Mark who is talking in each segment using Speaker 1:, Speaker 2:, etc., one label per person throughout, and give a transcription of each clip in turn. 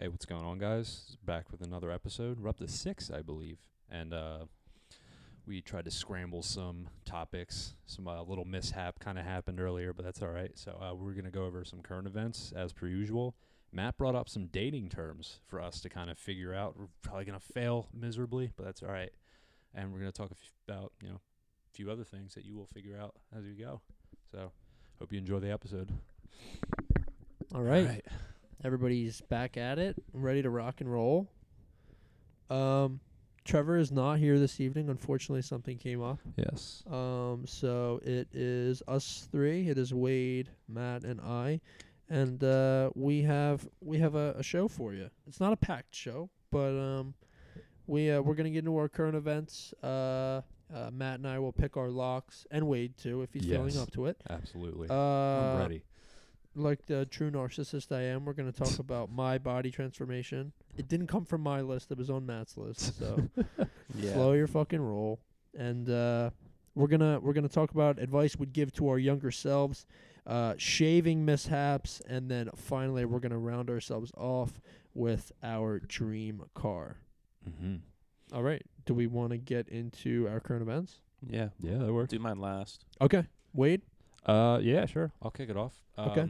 Speaker 1: Hey, what's going on, guys? Back with another episode. We're up to six, I believe, and uh, we tried to scramble some topics. Some uh, little mishap kind of happened earlier, but that's all right. So uh, we're gonna go over some current events as per usual. Matt brought up some dating terms for us to kind of figure out. We're probably gonna fail miserably, but that's all right. And we're gonna talk a f- about you know a few other things that you will figure out as we go. So hope you enjoy the episode.
Speaker 2: All right. Everybody's back at it, ready to rock and roll. Um, Trevor is not here this evening. Unfortunately, something came up.
Speaker 1: Yes.
Speaker 2: Um, so it is us three. It is Wade, Matt, and I, and uh, we have we have a, a show for you. It's not a packed show, but um, we uh, we're gonna get into our current events. Uh, uh, Matt and I will pick our locks, and Wade too, if he's feeling
Speaker 1: Yes.
Speaker 2: up to it.
Speaker 1: Absolutely.
Speaker 2: Uh,
Speaker 1: I'm ready.
Speaker 2: like the true narcissist I am, we're going to talk about my body transformation. It didn't come from my list; it was on Matt's list. So slow your fucking roll, and uh, we're gonna we're gonna talk about advice we'd give to our younger selves, uh, shaving mishaps, and then finally we're gonna round ourselves off with our dream car.
Speaker 1: Mm-hmm.
Speaker 2: All right, do we want to get into our current events?
Speaker 3: Yeah.
Speaker 1: Yeah, that works.
Speaker 3: Do mine last.
Speaker 2: Okay, Wade.
Speaker 1: Uh, yeah, sure. I'll kick it off. Um,
Speaker 2: Okay.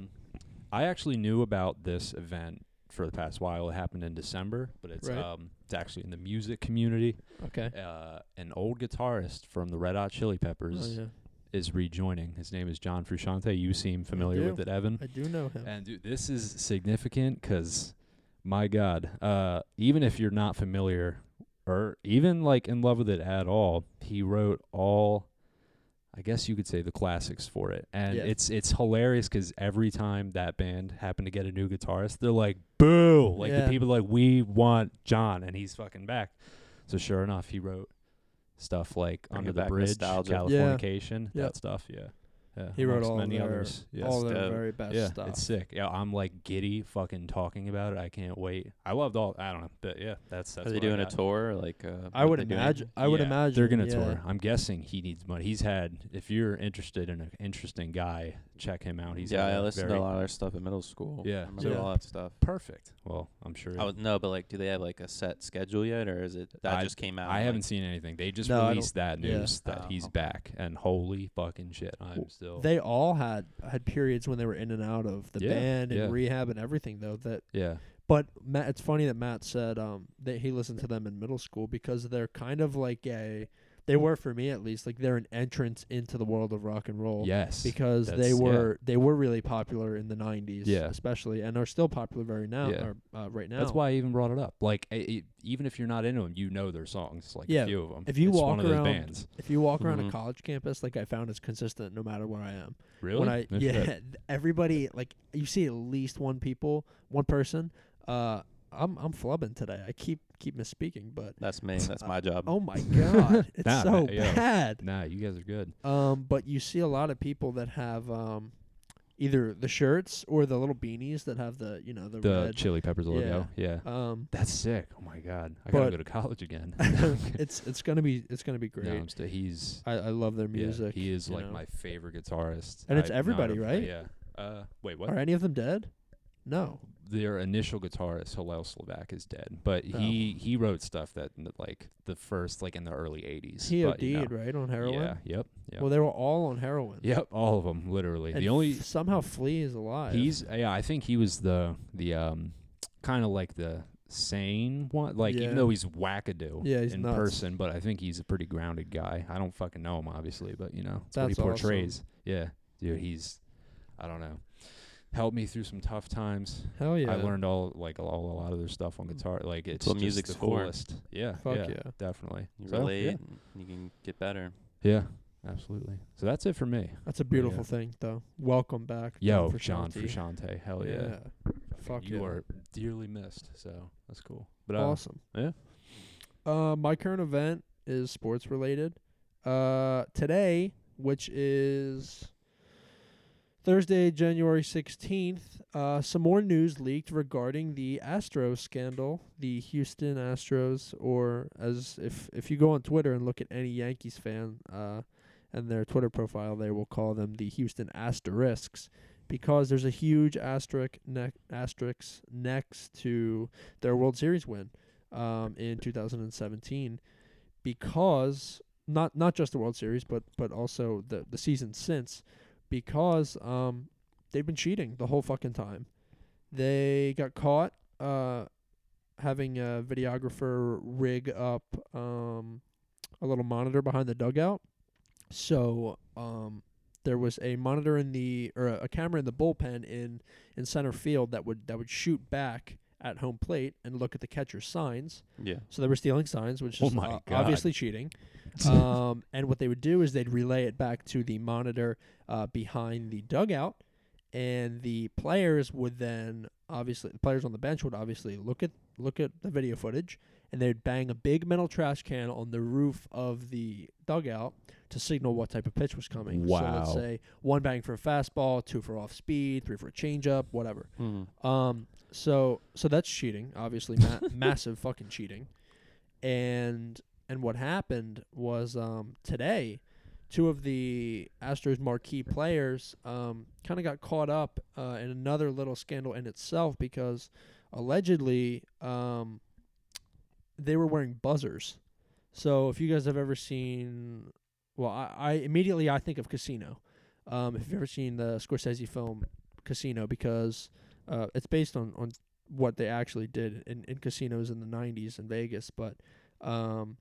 Speaker 1: I actually knew about this event for the past while. It happened in December, but it's
Speaker 2: Right.
Speaker 1: um, it's actually in the music community.
Speaker 2: Okay.
Speaker 1: Uh, an old guitarist from the Red Hot Chili Peppers
Speaker 2: Oh, yeah.
Speaker 1: is rejoining. His name is John Frusciante. You seem familiar
Speaker 2: do.
Speaker 1: with it, Evan.
Speaker 2: I do know him.
Speaker 1: And dude, this is significant 'cause my God, uh, even if you're not familiar or even like in love with it at all, he wrote all, I guess you could say, the classics for it. And
Speaker 2: Yeah.
Speaker 1: it's it's hilarious 'cause every time that band happened to get a new guitarist, they're like, "Boo!" Like
Speaker 2: Yeah.
Speaker 1: the people are like, "We want John," and he's fucking back. So sure enough, he wrote stuff like
Speaker 3: Bring
Speaker 1: Under
Speaker 3: it
Speaker 1: the
Speaker 3: back,
Speaker 1: Bridge,
Speaker 3: nostalgia. Yeah.
Speaker 1: Californication,
Speaker 2: Yep.
Speaker 1: that stuff. Yeah, yeah.
Speaker 2: He wrote
Speaker 1: amongst
Speaker 2: all
Speaker 1: many
Speaker 2: their-
Speaker 1: others. Yes. uh,
Speaker 2: All their
Speaker 3: dope.
Speaker 2: very best
Speaker 1: Yeah,
Speaker 2: stuff.
Speaker 1: it's sick. Yeah, I'm like giddy, fucking talking about it. I can't wait. I loved all. I don't know, but yeah, that's that's.
Speaker 3: Are they
Speaker 1: what I
Speaker 3: doing a
Speaker 1: got.
Speaker 3: tour? Like uh,
Speaker 2: I
Speaker 3: what
Speaker 2: would
Speaker 3: they doing?
Speaker 2: imagine. I would
Speaker 1: Yeah,
Speaker 2: imagine
Speaker 1: they're gonna
Speaker 2: yeah.
Speaker 1: tour. I'm guessing he needs money. He's had. If you're interested in an interesting guy, check him out. He's
Speaker 3: yeah,
Speaker 1: had
Speaker 3: I
Speaker 1: a
Speaker 3: listened to
Speaker 1: very-
Speaker 3: a lot of their stuff in middle school.
Speaker 1: Yeah.
Speaker 3: I remember
Speaker 2: Yeah.
Speaker 3: all that stuff.
Speaker 1: Perfect. Well, I'm sure.
Speaker 3: I was, no, but like, do they have like a set schedule yet, or is it that
Speaker 1: I-
Speaker 3: just came out?
Speaker 1: I
Speaker 3: like-
Speaker 1: haven't seen anything. They just
Speaker 2: No, I don't-
Speaker 1: released that
Speaker 2: yeah.
Speaker 1: news that
Speaker 3: Oh,
Speaker 1: he's
Speaker 3: okay.
Speaker 1: back, and holy fucking shit, I'm
Speaker 2: Well,
Speaker 1: still.
Speaker 2: They all had had periods when they were in and out of the
Speaker 1: Oh. Yeah,
Speaker 2: band and
Speaker 1: yeah.
Speaker 2: rehab and everything though. That
Speaker 1: yeah,
Speaker 2: but Matt, it's funny that Matt said um that he listened to them in middle school because they're kind of like a they were for me at least like they're an entrance into the world of rock and roll.
Speaker 1: yes,
Speaker 2: Because they
Speaker 1: that's- yeah.
Speaker 2: were they were really popular in the '90s,
Speaker 1: Yeah.
Speaker 2: especially, and are still popular very now.
Speaker 1: Yeah.
Speaker 2: Or, uh, right now,
Speaker 1: That's why I even brought it up. Like, i i even if you're not into them, you know their songs. Like
Speaker 2: Yeah,
Speaker 1: a few of them.
Speaker 2: if you
Speaker 1: it's
Speaker 2: walk
Speaker 1: one of those
Speaker 2: around-
Speaker 1: bands,
Speaker 2: if you walk around a
Speaker 3: Mhm.
Speaker 1: Mm-hmm.
Speaker 2: college campus, like I found, it's consistent no matter where I am.
Speaker 1: really,
Speaker 2: When I
Speaker 1: No shit.
Speaker 2: yeah, everybody like you see at least one people, one person. Uh, I'm I'm flubbing today. I keep keep misspeaking, but
Speaker 3: That's me. That's my job.
Speaker 2: oh my god, it's
Speaker 1: Nah,
Speaker 2: so
Speaker 1: man, yo.
Speaker 2: bad.
Speaker 1: Nah, you guys are good.
Speaker 2: Um, but you see a lot of people that have um, either the shirts or the little beanies that have the you know the,
Speaker 1: The
Speaker 2: red.
Speaker 1: Chili Peppers logo. Yeah.
Speaker 2: Um,
Speaker 1: That's sick. Oh my god. I
Speaker 2: But-
Speaker 1: gotta go to college again.
Speaker 2: it's it's gonna be it's gonna be great.
Speaker 1: No, I'm still, he's
Speaker 2: I, I love their
Speaker 1: yeah,
Speaker 2: music.
Speaker 1: he is
Speaker 2: you
Speaker 1: like
Speaker 2: know.
Speaker 1: my favorite guitarist.
Speaker 2: And
Speaker 1: I've
Speaker 2: it's
Speaker 1: known
Speaker 2: everybody,
Speaker 1: him for-
Speaker 2: right?
Speaker 1: Yeah. Uh, wait, what?
Speaker 2: Are any of them dead? No.
Speaker 1: Their initial guitarist Hillel Slovak is dead, but
Speaker 2: Oh.
Speaker 1: he he wrote stuff that n- like the first like in the early '80s.
Speaker 2: He
Speaker 1: but,
Speaker 2: OD'd
Speaker 1: you know.
Speaker 2: right on heroin.
Speaker 1: Yeah. Yep. Yep.
Speaker 2: Well, they were all on heroin.
Speaker 1: yep. All of them, literally.
Speaker 2: And
Speaker 1: the only
Speaker 2: f- somehow Flea is alive.
Speaker 1: He's yeah, I think he was the the um kind of like the sane one. Like
Speaker 2: Yeah.
Speaker 1: even though he's wackadoo
Speaker 2: Yeah, he's
Speaker 1: in
Speaker 2: nuts.
Speaker 1: person, but I think he's a pretty grounded guy. I don't fucking know him obviously, but you know, that's, what he
Speaker 2: That's awesome.
Speaker 1: portrays. Yeah. Dude, he's I don't know. Helped me through some tough times.
Speaker 2: hell yeah.
Speaker 1: I learned all like all, a lot of their stuff on guitar. Like it's
Speaker 3: what
Speaker 1: just
Speaker 3: music's
Speaker 1: the
Speaker 3: for.
Speaker 1: coolest. Yeah,
Speaker 2: Fuck
Speaker 1: yeah,
Speaker 2: yeah.
Speaker 1: definitely.
Speaker 3: you
Speaker 1: So,
Speaker 3: relate.
Speaker 1: yeah.
Speaker 3: and You can get better.
Speaker 1: yeah, absolutely. So that's it for me.
Speaker 2: That's a beautiful thing, though. Welcome back,
Speaker 1: Yo,
Speaker 2: John
Speaker 1: John
Speaker 2: Frusciante.
Speaker 1: Frusciante, hell yeah.
Speaker 2: Fuck
Speaker 1: you
Speaker 2: yeah.
Speaker 1: are dearly missed. So that's cool. But uh,
Speaker 2: awesome.
Speaker 1: yeah.
Speaker 2: Uh, my current event is sports related. Uh, today, which is Thursday, January sixteenth, uh, some more news leaked regarding the Astros scandal, the Houston Astros, or as if if you go on Twitter and look at any Yankees fan, uh, and their Twitter profile, they will call them the Houston Asterisks because there's a huge asterisk ne- asterisk next to their World Series win um, in 2017 because not not just the World Series but but also the the season since because um, they've been cheating the whole fucking time. They got caught uh, having a videographer rig up um, a little monitor behind the dugout. So um, there was a monitor in the or a camera in the bullpen in in center field that would that would shoot back at home plate and look at the catcher's signs.
Speaker 3: Yeah.
Speaker 2: So they were stealing signs, which
Speaker 1: Oh
Speaker 2: is
Speaker 1: my
Speaker 2: uh,
Speaker 1: God.
Speaker 2: obviously cheating. um, and what they would do is they'd relay it back to the monitor uh, behind the dugout, and the players would then obviously the players on the bench would obviously look at look at the video footage, and they'd bang a big metal trash can on the roof of the dugout to signal what type of pitch was coming. So let's
Speaker 1: Wow.
Speaker 2: say one bang for a fastball, two for off speed, three for a changeup, whatever.
Speaker 3: Mm.
Speaker 2: Um. So so that's cheating, obviously, ma- massive fucking cheating, and and what happened was um today, two of the Astros marquee players um kind of got caught up uh, in another little scandal in itself because allegedly um they were wearing buzzers. So if you guys have ever seen, well, I, I immediately I think of Casino. Um, if you've ever seen the Scorsese film Casino, because uh, it's based on, on what they actually did in, in casinos in the 90s in Vegas, but um,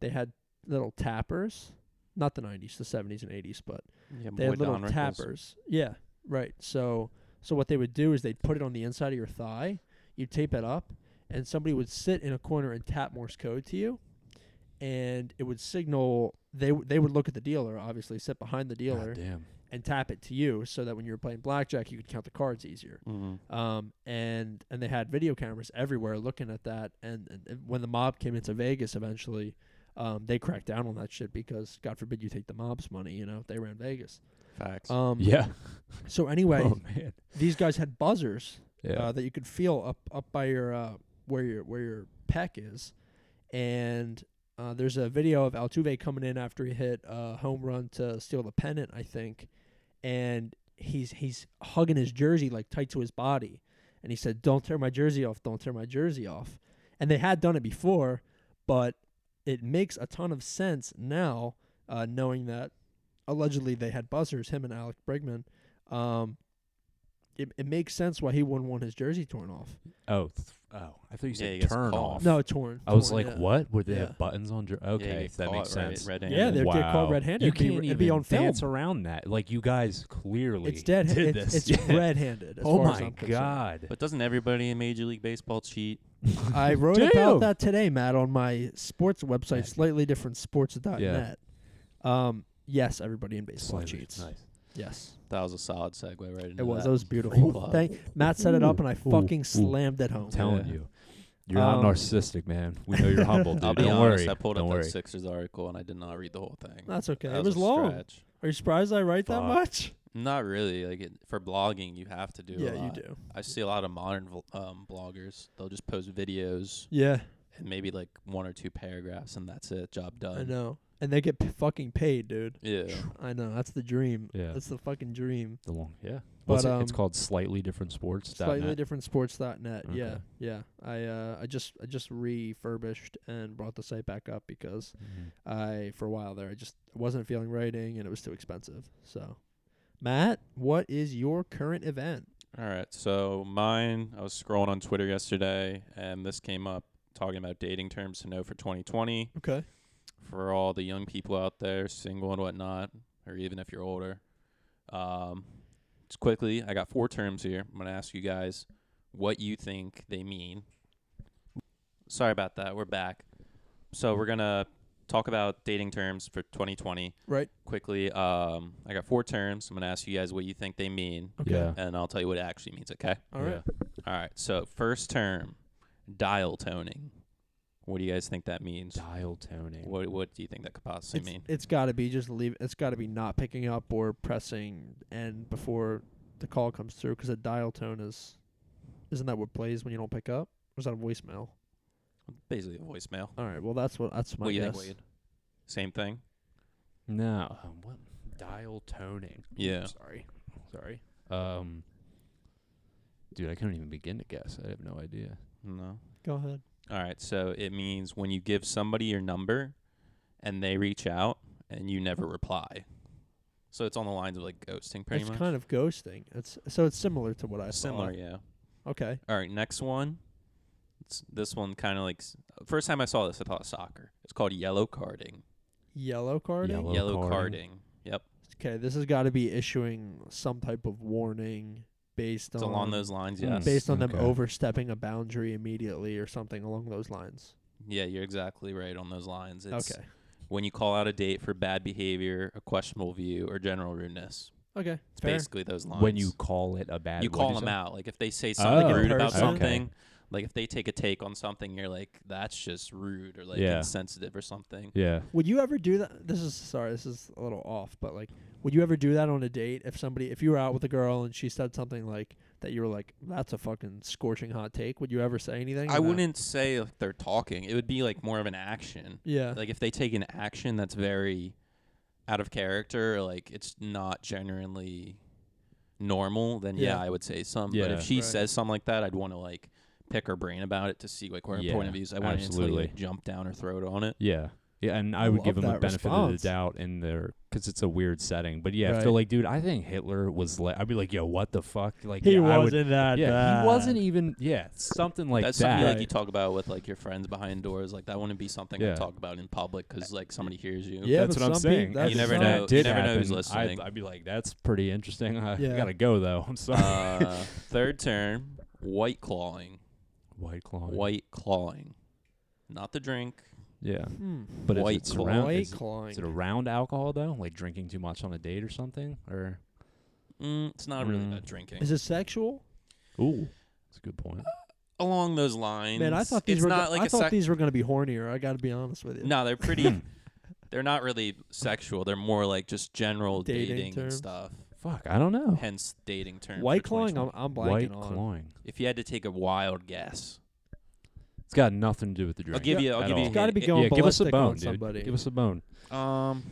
Speaker 2: they had little tappers, not the 90s, the 70s and 80s, but
Speaker 3: Yeah,
Speaker 2: they had
Speaker 3: Boy
Speaker 2: little
Speaker 3: Don Rickles.
Speaker 2: tappers. Yeah, right. So so what they would do is they'd put it on the inside of your thigh, you'd tape it up, and somebody would sit in a corner and tap Morse code to you, and it would signal they w- they would look at the dealer, obviously sit behind the dealer
Speaker 1: God damn.
Speaker 2: and tap it to you, so that when you were playing blackjack, you could count the cards easier
Speaker 3: Mhm.
Speaker 2: um, and and they had video cameras everywhere looking at that. And, and- and when the mob came into Vegas, eventually, um, they cracked down on that shit because God forbid you take the mob's money. You know, if they ran Vegas.
Speaker 3: Facts.
Speaker 2: Um,
Speaker 1: Yeah.
Speaker 2: So anyway,
Speaker 1: Oh man.
Speaker 2: these guys had buzzers
Speaker 1: Yeah.
Speaker 2: uh, that you could feel up up by your uh, where your where your pec is, and uh, there's a video of Altuve coming in after he hit a home run to steal the pennant, I think, and he's he's hugging his jersey like tight to his body, and he said, "Don't tear my jersey off! Don't tear my jersey off!" And they had done it before, but it makes a ton of sense now, uh, knowing that allegedly they had buzzers, him and Alec Bregman. Um, it, it makes sense why he wouldn't want his jersey torn off.
Speaker 1: oh. th- oh. I thought you
Speaker 3: Yeah, he
Speaker 1: said
Speaker 3: gets
Speaker 1: turn
Speaker 3: caught.
Speaker 1: off.
Speaker 2: No, torn.
Speaker 1: I was
Speaker 2: torn,
Speaker 1: like,
Speaker 2: yeah.
Speaker 1: what? Would they
Speaker 2: Yeah.
Speaker 1: have buttons on? Dr- okay,
Speaker 3: gets
Speaker 1: that makes
Speaker 3: caught, right,
Speaker 1: sense.
Speaker 3: red-handed.
Speaker 2: Yeah, they're, they're
Speaker 1: Wow.
Speaker 2: caught red-handed.
Speaker 1: You
Speaker 2: It'd be-
Speaker 1: can't
Speaker 2: it'd be
Speaker 1: even
Speaker 2: on film.
Speaker 1: dance around that. Like you guys clearly
Speaker 2: It's dead.
Speaker 1: did
Speaker 2: It's,
Speaker 1: this.
Speaker 2: it's
Speaker 1: Yeah.
Speaker 2: red-handed. As
Speaker 1: Oh
Speaker 2: far as
Speaker 1: my
Speaker 2: I'm concerned.
Speaker 1: god.
Speaker 3: but doesn't everybody in Major League Baseball cheat?
Speaker 2: I wrote
Speaker 1: Damn.
Speaker 2: about that today, Matt, on my sports website,
Speaker 1: Yeah.
Speaker 2: slightly different sports.net. Um, yes, everybody in baseball
Speaker 1: Slightly.
Speaker 2: cheats.
Speaker 1: Nice.
Speaker 2: Yes,
Speaker 3: That was a solid segue right into
Speaker 2: it was.
Speaker 3: That.
Speaker 2: That was beautiful.
Speaker 3: Wow.
Speaker 2: Thank Matt set it up, and I
Speaker 1: Ooh,
Speaker 2: fucking
Speaker 1: ooh.
Speaker 2: slammed it home.
Speaker 1: telling
Speaker 3: Yeah.
Speaker 1: you. You're
Speaker 2: Um,
Speaker 1: not narcissistic, man. We know you're humble, dude.
Speaker 3: I'll be
Speaker 1: Don't
Speaker 3: honest.
Speaker 1: worry.
Speaker 3: I pulled
Speaker 1: Don't
Speaker 3: up
Speaker 1: worry.
Speaker 3: that Sixers article and I did not read the whole thing.
Speaker 2: That's okay.
Speaker 3: That
Speaker 2: it was
Speaker 3: a
Speaker 2: long.
Speaker 3: stretch.
Speaker 2: Are you surprised I write that
Speaker 1: Fuck.
Speaker 2: much?
Speaker 3: Not really. Like it, for blogging, you have to do. a
Speaker 2: yeah, you
Speaker 3: lot.
Speaker 2: do.
Speaker 3: I see a lot of modern vl- um, bloggers. They'll just post videos
Speaker 2: Yeah,
Speaker 3: and maybe like one or two paragraphs, and that's it. Job done.
Speaker 1: Um,
Speaker 2: I know. And they get p- fucking paid, dude.
Speaker 3: Yeah.
Speaker 2: I know. That's the dream.
Speaker 1: Yeah.
Speaker 2: That's the fucking dream.
Speaker 1: The long, yeah.
Speaker 2: But
Speaker 1: What's it?
Speaker 2: um,
Speaker 1: It's called slightly different sports. dot
Speaker 2: slightly
Speaker 1: net.
Speaker 2: different sports.net. Yeah,
Speaker 1: Okay.
Speaker 2: yeah. I uh, I just I just refurbished and brought the site back up because
Speaker 1: Mhm.
Speaker 2: I for a while there I just wasn't feeling writing and it was too expensive. So Matt, what is your current event?
Speaker 3: All right. So mine, I was scrolling on Twitter yesterday, and this came up talking about dating terms to know for 2020
Speaker 2: Okay.
Speaker 3: for all the young people out there, single and whatnot, or even if you're older. Um, just quickly, I got four terms here. I'm gonna ask you guys what you think they mean. Sorry about that. We're back. So we're gonna talk about dating terms for 2020
Speaker 2: Right.
Speaker 3: quickly. Um, I got four terms. I'm gonna ask you guys what you think they mean,
Speaker 2: Okay.
Speaker 1: Yeah.
Speaker 3: and I'll tell you what it actually means. Okay.
Speaker 2: All right.
Speaker 1: Yeah.
Speaker 3: All right. So first term, dial toning. What do you guys think that means?
Speaker 1: Dial toning.
Speaker 3: What What do you think that could possibly
Speaker 2: It's,
Speaker 3: mean?
Speaker 2: it's got to be just leave. It's got to be not picking up or pressing and before the call comes through because a dial tone is, isn't that what plays when you don't pick up? Or is that a voicemail?
Speaker 3: Basically, voicemail.
Speaker 2: All right. Well, that's what that's my
Speaker 3: What do you
Speaker 2: guess.
Speaker 3: think, Wade? Same thing.
Speaker 1: No. Um, what? Dial toning.
Speaker 3: Yeah.
Speaker 1: Sorry. Sorry. Um, dude, I couldn't even begin to guess. I have no idea.
Speaker 3: No.
Speaker 2: Go ahead.
Speaker 3: All right. So it means when you give somebody your number and they reach out and you never reply. So it's on the lines of like ghosting, pretty
Speaker 2: it's
Speaker 3: much.
Speaker 2: kind of ghosting. It's so it's similar to what I
Speaker 3: Similar,
Speaker 2: thought.
Speaker 3: yeah.
Speaker 2: Okay.
Speaker 3: All right, next one. It's, this one kind of like s- first time I saw this, I thought soccer. It's called yellow carding.
Speaker 2: Yellow carding.
Speaker 1: Yellow
Speaker 3: yellow carding.
Speaker 1: carding.
Speaker 3: Yep,
Speaker 2: Okay, this has got to be issuing some type of warning based
Speaker 3: it's
Speaker 2: on
Speaker 3: along those lines.
Speaker 1: Hmm.
Speaker 3: Yes.
Speaker 2: based on them
Speaker 1: Okay.
Speaker 2: overstepping a boundary immediately or something along those lines.
Speaker 3: Yeah, you're exactly right on those lines. It's
Speaker 2: okay.
Speaker 3: when you call out a date for bad behavior, a questionable view, or general rudeness.
Speaker 2: Okay.
Speaker 3: It's
Speaker 2: fair.
Speaker 3: basically those lines.
Speaker 1: When you call it a bad,
Speaker 3: you
Speaker 1: what'd
Speaker 3: call them
Speaker 1: say?
Speaker 3: out, like if they say something
Speaker 1: Oh,
Speaker 3: rude about
Speaker 2: Okay.
Speaker 3: something, like if they take a take on something, you're like, that's just rude or like
Speaker 1: Yeah.
Speaker 3: insensitive or something.
Speaker 1: Yeah.
Speaker 2: Would you ever do that? This is sorry, this is a little off, but like, would you ever do that on a date if somebody, if you were out with a girl and she said something like that, you were like, "That's a fucking scorching hot take." Would you ever say anything?
Speaker 3: I
Speaker 2: or no?
Speaker 3: wouldn't say like they're talking. It would be like more of an action.
Speaker 2: Yeah.
Speaker 3: like if they take an action that's very out of character or like it's not genuinely normal then yeah,
Speaker 2: Yeah.
Speaker 3: i would say something but
Speaker 1: Yeah.
Speaker 3: if she
Speaker 2: Right.
Speaker 3: says something like that i'd want to like pick her brain about it to see like where her point
Speaker 1: Yeah,
Speaker 3: of views i want to instantly
Speaker 1: absolutely.
Speaker 3: like, jump down her throat on it
Speaker 1: Yeah. Yeah, and I,
Speaker 2: I
Speaker 1: would give
Speaker 2: love
Speaker 1: them the
Speaker 2: that
Speaker 1: benefit of
Speaker 2: response.
Speaker 1: the doubt in there because it's a weird setting. But yeah, if
Speaker 2: Right.
Speaker 1: they're like, dude, I think Hitler was like, I'd be like, yo, what the fuck? Like,
Speaker 2: he
Speaker 1: yeah, I would,
Speaker 2: wasn't that
Speaker 1: yeah,
Speaker 2: bad.
Speaker 1: he wasn't even, yeah, something like
Speaker 3: that's
Speaker 1: that.
Speaker 3: something like you talk about with like your friends behind doors like that wouldn't be something i
Speaker 1: Yeah.
Speaker 3: talk about in public because like somebody hears you
Speaker 2: Yeah,
Speaker 1: that's
Speaker 2: but
Speaker 1: what I'm
Speaker 2: some peop-
Speaker 1: saying.
Speaker 2: that's
Speaker 3: You never
Speaker 2: some-
Speaker 3: know-
Speaker 1: That did
Speaker 3: you never know who's
Speaker 1: happen,
Speaker 3: listening.
Speaker 1: I'd, I'd be like, that's pretty interesting. I, I
Speaker 2: Yeah.
Speaker 1: gotta go though. I'm sorry.
Speaker 3: uh, third term white clawing
Speaker 1: White claw.
Speaker 3: white clawing not the drink
Speaker 1: Yeah,
Speaker 2: Hmm.
Speaker 1: but
Speaker 3: White
Speaker 1: if it's
Speaker 3: claw.
Speaker 1: around,
Speaker 2: White
Speaker 1: is, it-
Speaker 2: clawing.
Speaker 1: is it around alcohol though? Like drinking too much on a date or something? Or
Speaker 3: mm, it's not really
Speaker 1: Mm.
Speaker 3: about drinking
Speaker 2: Is it sexual?
Speaker 1: ooh, that's a good point.
Speaker 3: along those lines.
Speaker 2: Man, I thought these
Speaker 3: it's
Speaker 2: were.
Speaker 3: not
Speaker 2: go-
Speaker 3: like
Speaker 2: I
Speaker 3: a
Speaker 2: thought
Speaker 3: sec-
Speaker 2: these were gonna be hornier. I got to be honest with you.
Speaker 3: No, they're
Speaker 1: Hmm.
Speaker 3: pretty. they're not really sexual. They're more like just general
Speaker 2: Dating
Speaker 3: dating, and
Speaker 2: terms. Oh.
Speaker 3: stuff.
Speaker 1: Fuck, I don't know.
Speaker 3: Hence, dating term. for
Speaker 2: White clawing. I'm,
Speaker 3: 2020.
Speaker 2: I'm blanking
Speaker 1: White
Speaker 2: on.
Speaker 1: clawing.
Speaker 3: If you had to take a wild guess,
Speaker 1: It's got nothing to do with the drink.
Speaker 3: give you- I'll
Speaker 1: at
Speaker 3: give you
Speaker 1: all.
Speaker 3: a
Speaker 2: It's got to be
Speaker 3: Yeah,
Speaker 2: going
Speaker 1: yeah, give us
Speaker 2: ballistic
Speaker 1: a bone,
Speaker 2: on
Speaker 1: dude.
Speaker 2: somebody.
Speaker 1: Give us a bone.
Speaker 3: um,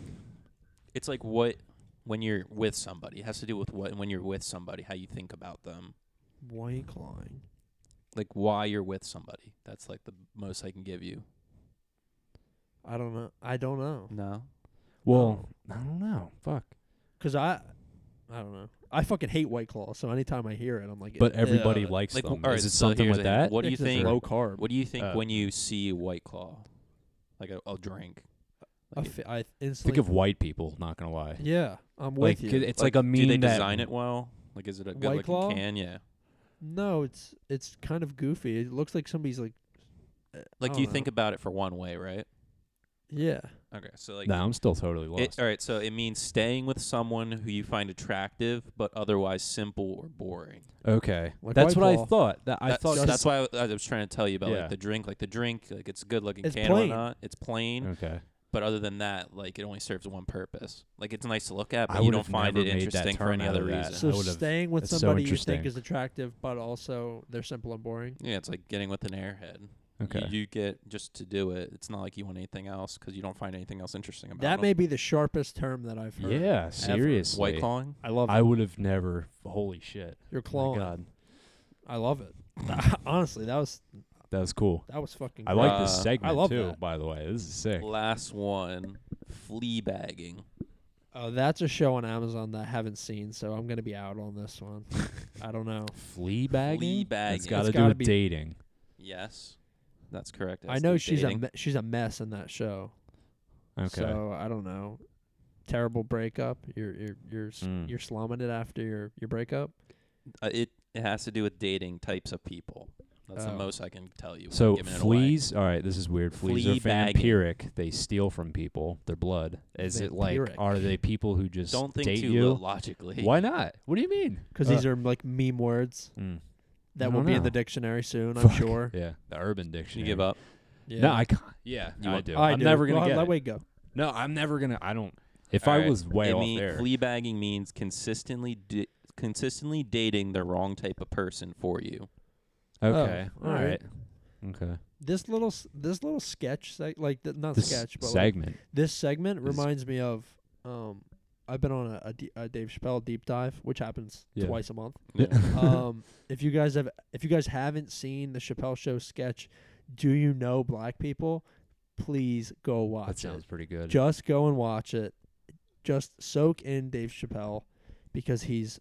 Speaker 3: it's like what when you're with somebody it has to do with what when you're with somebody how you think about them,
Speaker 2: white clawing.
Speaker 3: like why you're with somebody. That's like the most I can give you.
Speaker 2: I don't know. I don't know.
Speaker 3: No,
Speaker 1: Well,
Speaker 3: Oh.
Speaker 1: I don't know. Fuck.
Speaker 2: Cause I, I don't know. I fucking hate White Claw. So anytime I hear it, I'm like,
Speaker 1: But
Speaker 2: "Ew."
Speaker 1: everybody
Speaker 2: Yeah,
Speaker 1: likes
Speaker 3: like
Speaker 1: them.
Speaker 3: all right,
Speaker 1: Is it
Speaker 3: so
Speaker 1: something
Speaker 3: here's
Speaker 1: like
Speaker 3: a hint.
Speaker 1: that?
Speaker 3: What do you
Speaker 2: 'cause it's
Speaker 3: think?
Speaker 2: Low carb.
Speaker 3: What do you think
Speaker 1: Uh,
Speaker 3: when you see White Claw, like a, a drink?
Speaker 2: I
Speaker 3: Like,
Speaker 2: fe- I instantly
Speaker 1: Think of white people. Not gonna lie.
Speaker 2: Yeah, I'm
Speaker 1: Like
Speaker 2: with
Speaker 1: it-
Speaker 2: you.
Speaker 1: it's like, a meme
Speaker 3: Do they
Speaker 1: that
Speaker 3: design it well? Like, is it a good
Speaker 2: White
Speaker 3: looking
Speaker 2: Claw?
Speaker 3: can? Yeah.
Speaker 2: no, it's it's kind of goofy. It looks like somebody's like, uh, I
Speaker 3: Like,
Speaker 2: don't
Speaker 3: you
Speaker 2: know.
Speaker 3: think about it for one way, right?
Speaker 2: Yeah.
Speaker 3: Okay, so like,
Speaker 1: No, I'm still totally
Speaker 3: it,
Speaker 1: lost.
Speaker 3: all right, so it means staying with someone who you find attractive but otherwise simple or boring.
Speaker 1: okay,
Speaker 2: Like
Speaker 1: that's what
Speaker 2: White Claw.
Speaker 1: I thought. That I
Speaker 3: That's,
Speaker 1: thought.
Speaker 3: that's why I, I was trying to tell you about
Speaker 1: Yeah.
Speaker 3: like the drink. Like the drink, like it's a good looking
Speaker 2: It's
Speaker 3: can or
Speaker 2: plain.
Speaker 3: not. It's plain,
Speaker 1: okay.
Speaker 3: but other than that, like it only serves one purpose. Like it's nice to look at,
Speaker 1: I
Speaker 3: but you
Speaker 1: would
Speaker 3: don't
Speaker 1: have
Speaker 3: find
Speaker 1: never
Speaker 3: it
Speaker 1: made that
Speaker 3: interesting for
Speaker 1: term
Speaker 3: any
Speaker 1: out
Speaker 3: other
Speaker 1: of that.
Speaker 3: reason.
Speaker 1: I
Speaker 2: So
Speaker 1: would've-
Speaker 2: staying with
Speaker 1: that's so
Speaker 2: somebody you think
Speaker 1: interesting.
Speaker 2: is attractive, but also they're simple and boring.
Speaker 3: yeah, it's like getting with an airhead. You-
Speaker 1: Okay.
Speaker 3: You, get just to do it. It's not like you want anything else because you don't find anything else interesting about
Speaker 2: That
Speaker 3: them.
Speaker 2: may be the sharpest term that I've heard.
Speaker 1: yeah,
Speaker 3: Ever.
Speaker 1: seriously.
Speaker 3: White clawing.
Speaker 2: I love it.
Speaker 1: I would have never. Holy shit.
Speaker 2: You're
Speaker 1: Oh my
Speaker 2: clawing.
Speaker 1: God,
Speaker 2: I love it. Honestly, that was
Speaker 1: that was cool.
Speaker 2: that was fucking.
Speaker 1: I
Speaker 2: great.
Speaker 1: like
Speaker 3: Uh,
Speaker 1: this
Speaker 3: I
Speaker 1: segment
Speaker 2: love
Speaker 1: too.
Speaker 2: that.
Speaker 1: By the way, this is sick.
Speaker 3: Last one, flea bagging.
Speaker 2: Oh, that's a show on Amazon that I haven't seen, so I'm gonna be out on this one. I don't know.
Speaker 1: Flea bagging.
Speaker 3: bagging.
Speaker 1: It's got
Speaker 2: It's
Speaker 1: to do
Speaker 2: gotta
Speaker 1: with
Speaker 2: be-
Speaker 1: dating.
Speaker 3: Yes, that's correct.
Speaker 2: I
Speaker 3: That's
Speaker 2: know
Speaker 3: the
Speaker 2: she's a
Speaker 3: dating.
Speaker 2: me- she's a mess in that show.
Speaker 1: Okay.
Speaker 2: So I don't know. Terrible breakup. You're you're you're s
Speaker 1: Mm.
Speaker 2: you're slumming it after your your breakup.
Speaker 3: Uh, it it has to do with dating types of people. That's the
Speaker 2: Oh.
Speaker 3: most I can tell you. without
Speaker 1: So
Speaker 3: giving it away.
Speaker 1: fleas, all right, this is weird. Fleas
Speaker 3: Flea
Speaker 1: are
Speaker 3: bagging.
Speaker 1: vampiric. They steal from people their blood. Is it like
Speaker 2: Vampiric.
Speaker 1: are they people who just
Speaker 3: Don't think
Speaker 1: date
Speaker 3: too
Speaker 1: you?
Speaker 3: lo- logically.
Speaker 1: Why not? What do you mean?
Speaker 2: 'Cause
Speaker 1: Uh,
Speaker 2: these are like meme words
Speaker 1: mm,
Speaker 2: that
Speaker 1: don't
Speaker 2: will be in the
Speaker 1: know.
Speaker 2: dictionary soon. I'm
Speaker 1: Fuck.
Speaker 2: sure.
Speaker 1: yeah, the urban
Speaker 3: Can
Speaker 1: dictionary.
Speaker 3: you give up?
Speaker 2: Yeah.
Speaker 1: No, I can't. Yeah,
Speaker 3: You
Speaker 1: I
Speaker 3: want-
Speaker 1: do.
Speaker 2: I
Speaker 1: I'm
Speaker 2: do.
Speaker 1: never gonna
Speaker 2: Well,
Speaker 1: get.
Speaker 2: Let
Speaker 1: it.
Speaker 2: Wade go.
Speaker 1: No, I'm never gonna. I don't. If
Speaker 3: All
Speaker 1: I
Speaker 3: right.
Speaker 1: was way
Speaker 3: It
Speaker 1: off
Speaker 3: mean-
Speaker 1: there,
Speaker 3: Flea bagging means consistently di- consistently dating the wrong type of person for you.
Speaker 1: okay,
Speaker 2: Oh,
Speaker 1: all
Speaker 2: all
Speaker 1: right,
Speaker 2: right.
Speaker 1: okay.
Speaker 2: This little s- this little sketch, seg- like th- not
Speaker 1: This
Speaker 2: sketch, but like,
Speaker 1: segment.
Speaker 2: this segment
Speaker 1: is-
Speaker 2: reminds me of um I've been on a, a, D- a Dave Chappelle deep dive, which happens
Speaker 1: Yeah.
Speaker 2: twice a month.
Speaker 3: Yeah.
Speaker 2: um, if you guys have if you guys haven't seen the Chappelle Show sketch, do you know black people? Please go
Speaker 1: that
Speaker 2: watch it.
Speaker 1: sounds pretty good.
Speaker 2: Just go and watch it. Just soak in Dave Chappelle because he's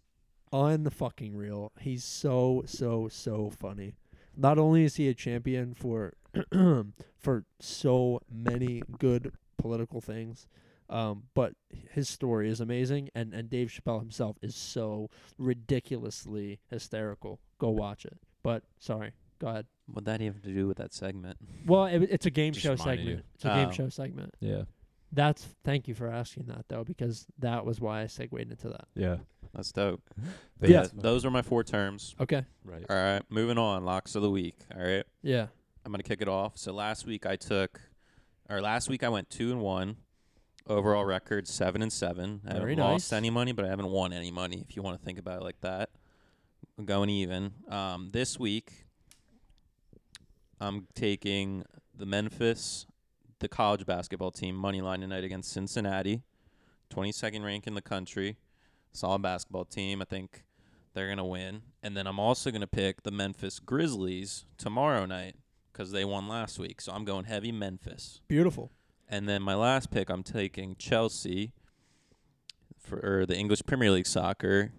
Speaker 2: on the fucking real. He's so so so funny. Not only is he a champion for for so many good political things, um, but his story is amazing, and and Dave Chappelle himself is so ridiculously hysterical. Go watch it. But sorry, go ahead.
Speaker 3: What that have to do with that segment?
Speaker 2: Well, it, it's a game
Speaker 1: Just
Speaker 2: show
Speaker 1: reminded
Speaker 2: segment.
Speaker 1: you.
Speaker 2: It's a game
Speaker 3: Oh.
Speaker 2: show segment.
Speaker 1: yeah,
Speaker 2: That's thank you for asking that though, because that was why I segued into that.
Speaker 1: yeah,
Speaker 3: That's dope.
Speaker 1: But
Speaker 2: Yeah.
Speaker 1: that's-
Speaker 3: Those are my four terms.
Speaker 2: Okay.
Speaker 1: right.
Speaker 3: All right, moving on. Locks of the week. All right,
Speaker 2: Yeah.
Speaker 3: I'm gonna kick it off. So last week I took, or last week I went two and one. Overall record seven and seven. I
Speaker 2: Very
Speaker 3: haven't lost
Speaker 2: nice.
Speaker 3: any money, but I haven't won any money. If you want to think about it like that, I'm going even. Um, this week, I'm taking the Memphis, the college basketball team money line tonight against Cincinnati, 22nd rank in the country. Solid basketball team. I think they're gonna win. And then I'm also gonna pick the Memphis Grizzlies tomorrow night because they won last week. So I'm going heavy Memphis.
Speaker 2: Beautiful.
Speaker 3: And then my last pick, I'm taking Chelsea for or the English Premier League soccer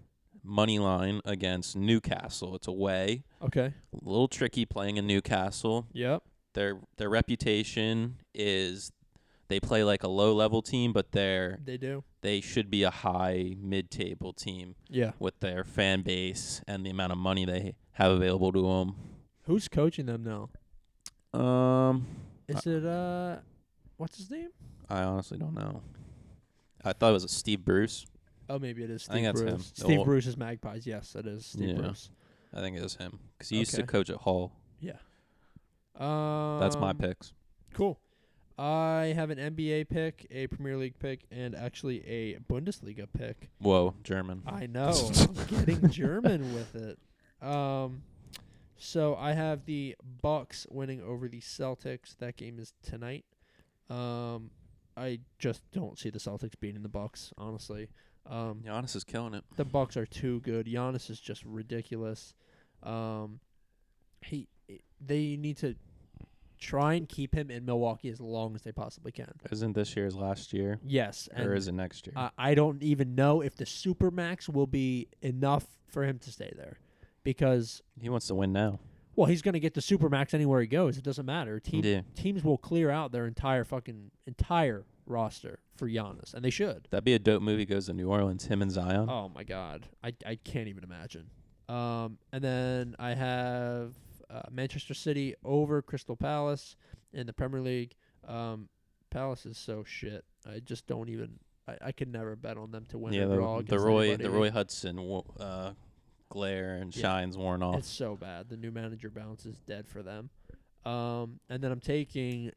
Speaker 3: money line against Newcastle. It's away,
Speaker 2: Okay.
Speaker 3: a little tricky playing in Newcastle.
Speaker 2: Yep.
Speaker 3: Their their reputation is they play like a low level team, but they're
Speaker 2: They do.
Speaker 3: they should be a high mid table team
Speaker 2: Yeah.
Speaker 3: with their fan base and the amount of money they have available to
Speaker 2: Who's coaching them now?
Speaker 3: them. Um,
Speaker 2: Is it uh what's his name?
Speaker 3: I honestly don't know. I thought it was Steve Bruce.
Speaker 2: Oh maybe it is Steve
Speaker 3: I think that's
Speaker 2: Bruce.
Speaker 3: him. The
Speaker 2: Steve
Speaker 3: old-
Speaker 2: Bruce is Magpies, yes, it is Steve
Speaker 3: Yeah.
Speaker 2: Bruce.
Speaker 3: I think it was him because he used to
Speaker 2: Okay.
Speaker 3: coach at Hull.
Speaker 2: Um,
Speaker 3: That's my picks.
Speaker 2: Cool. I have an NBA pick, a Premier League pick, and actually a Bundesliga pick.
Speaker 3: Whoa, German.
Speaker 2: I know. I'm getting German with it. Um, so I have the Bucks winning over the Celtics. That game is tonight. Um, I just don't see the Celtics beating the Bucks, honestly. Um,
Speaker 3: Giannis is killing it.
Speaker 2: the Bucks are too good. Giannis is just ridiculous. Um, he they need to try and keep him in Milwaukee as long as they possibly can.
Speaker 3: Isn't this year's last year,
Speaker 2: Yes, and
Speaker 3: or is it next year?
Speaker 2: I I don't even know if the supermax will be enough for him to stay there, because
Speaker 3: he wants to win now.
Speaker 2: well, he's going to get the supermax anywhere he goes. It doesn't matter. Team,
Speaker 3: Yeah.
Speaker 2: Teams will clear out their entire fucking entire roster for Giannis, and they should.
Speaker 3: That'd be a dope movie. Goes to New Orleans, him and Zion.
Speaker 2: Oh my god, I I can't even imagine. Um, and then I have uh, Manchester City over Crystal Palace in the Premier League. Um, Palace is so shit. I just don't even. I, I could never bet on them to win.
Speaker 3: yeah,
Speaker 2: or draw
Speaker 3: the, the
Speaker 2: against
Speaker 3: Roy,
Speaker 2: anybody.
Speaker 3: the Roy Hudson wo- uh, glare and
Speaker 2: Yeah.
Speaker 3: shines worn off.
Speaker 2: It's so bad. The new manager bounce is dead for them. Um, and then I'm taking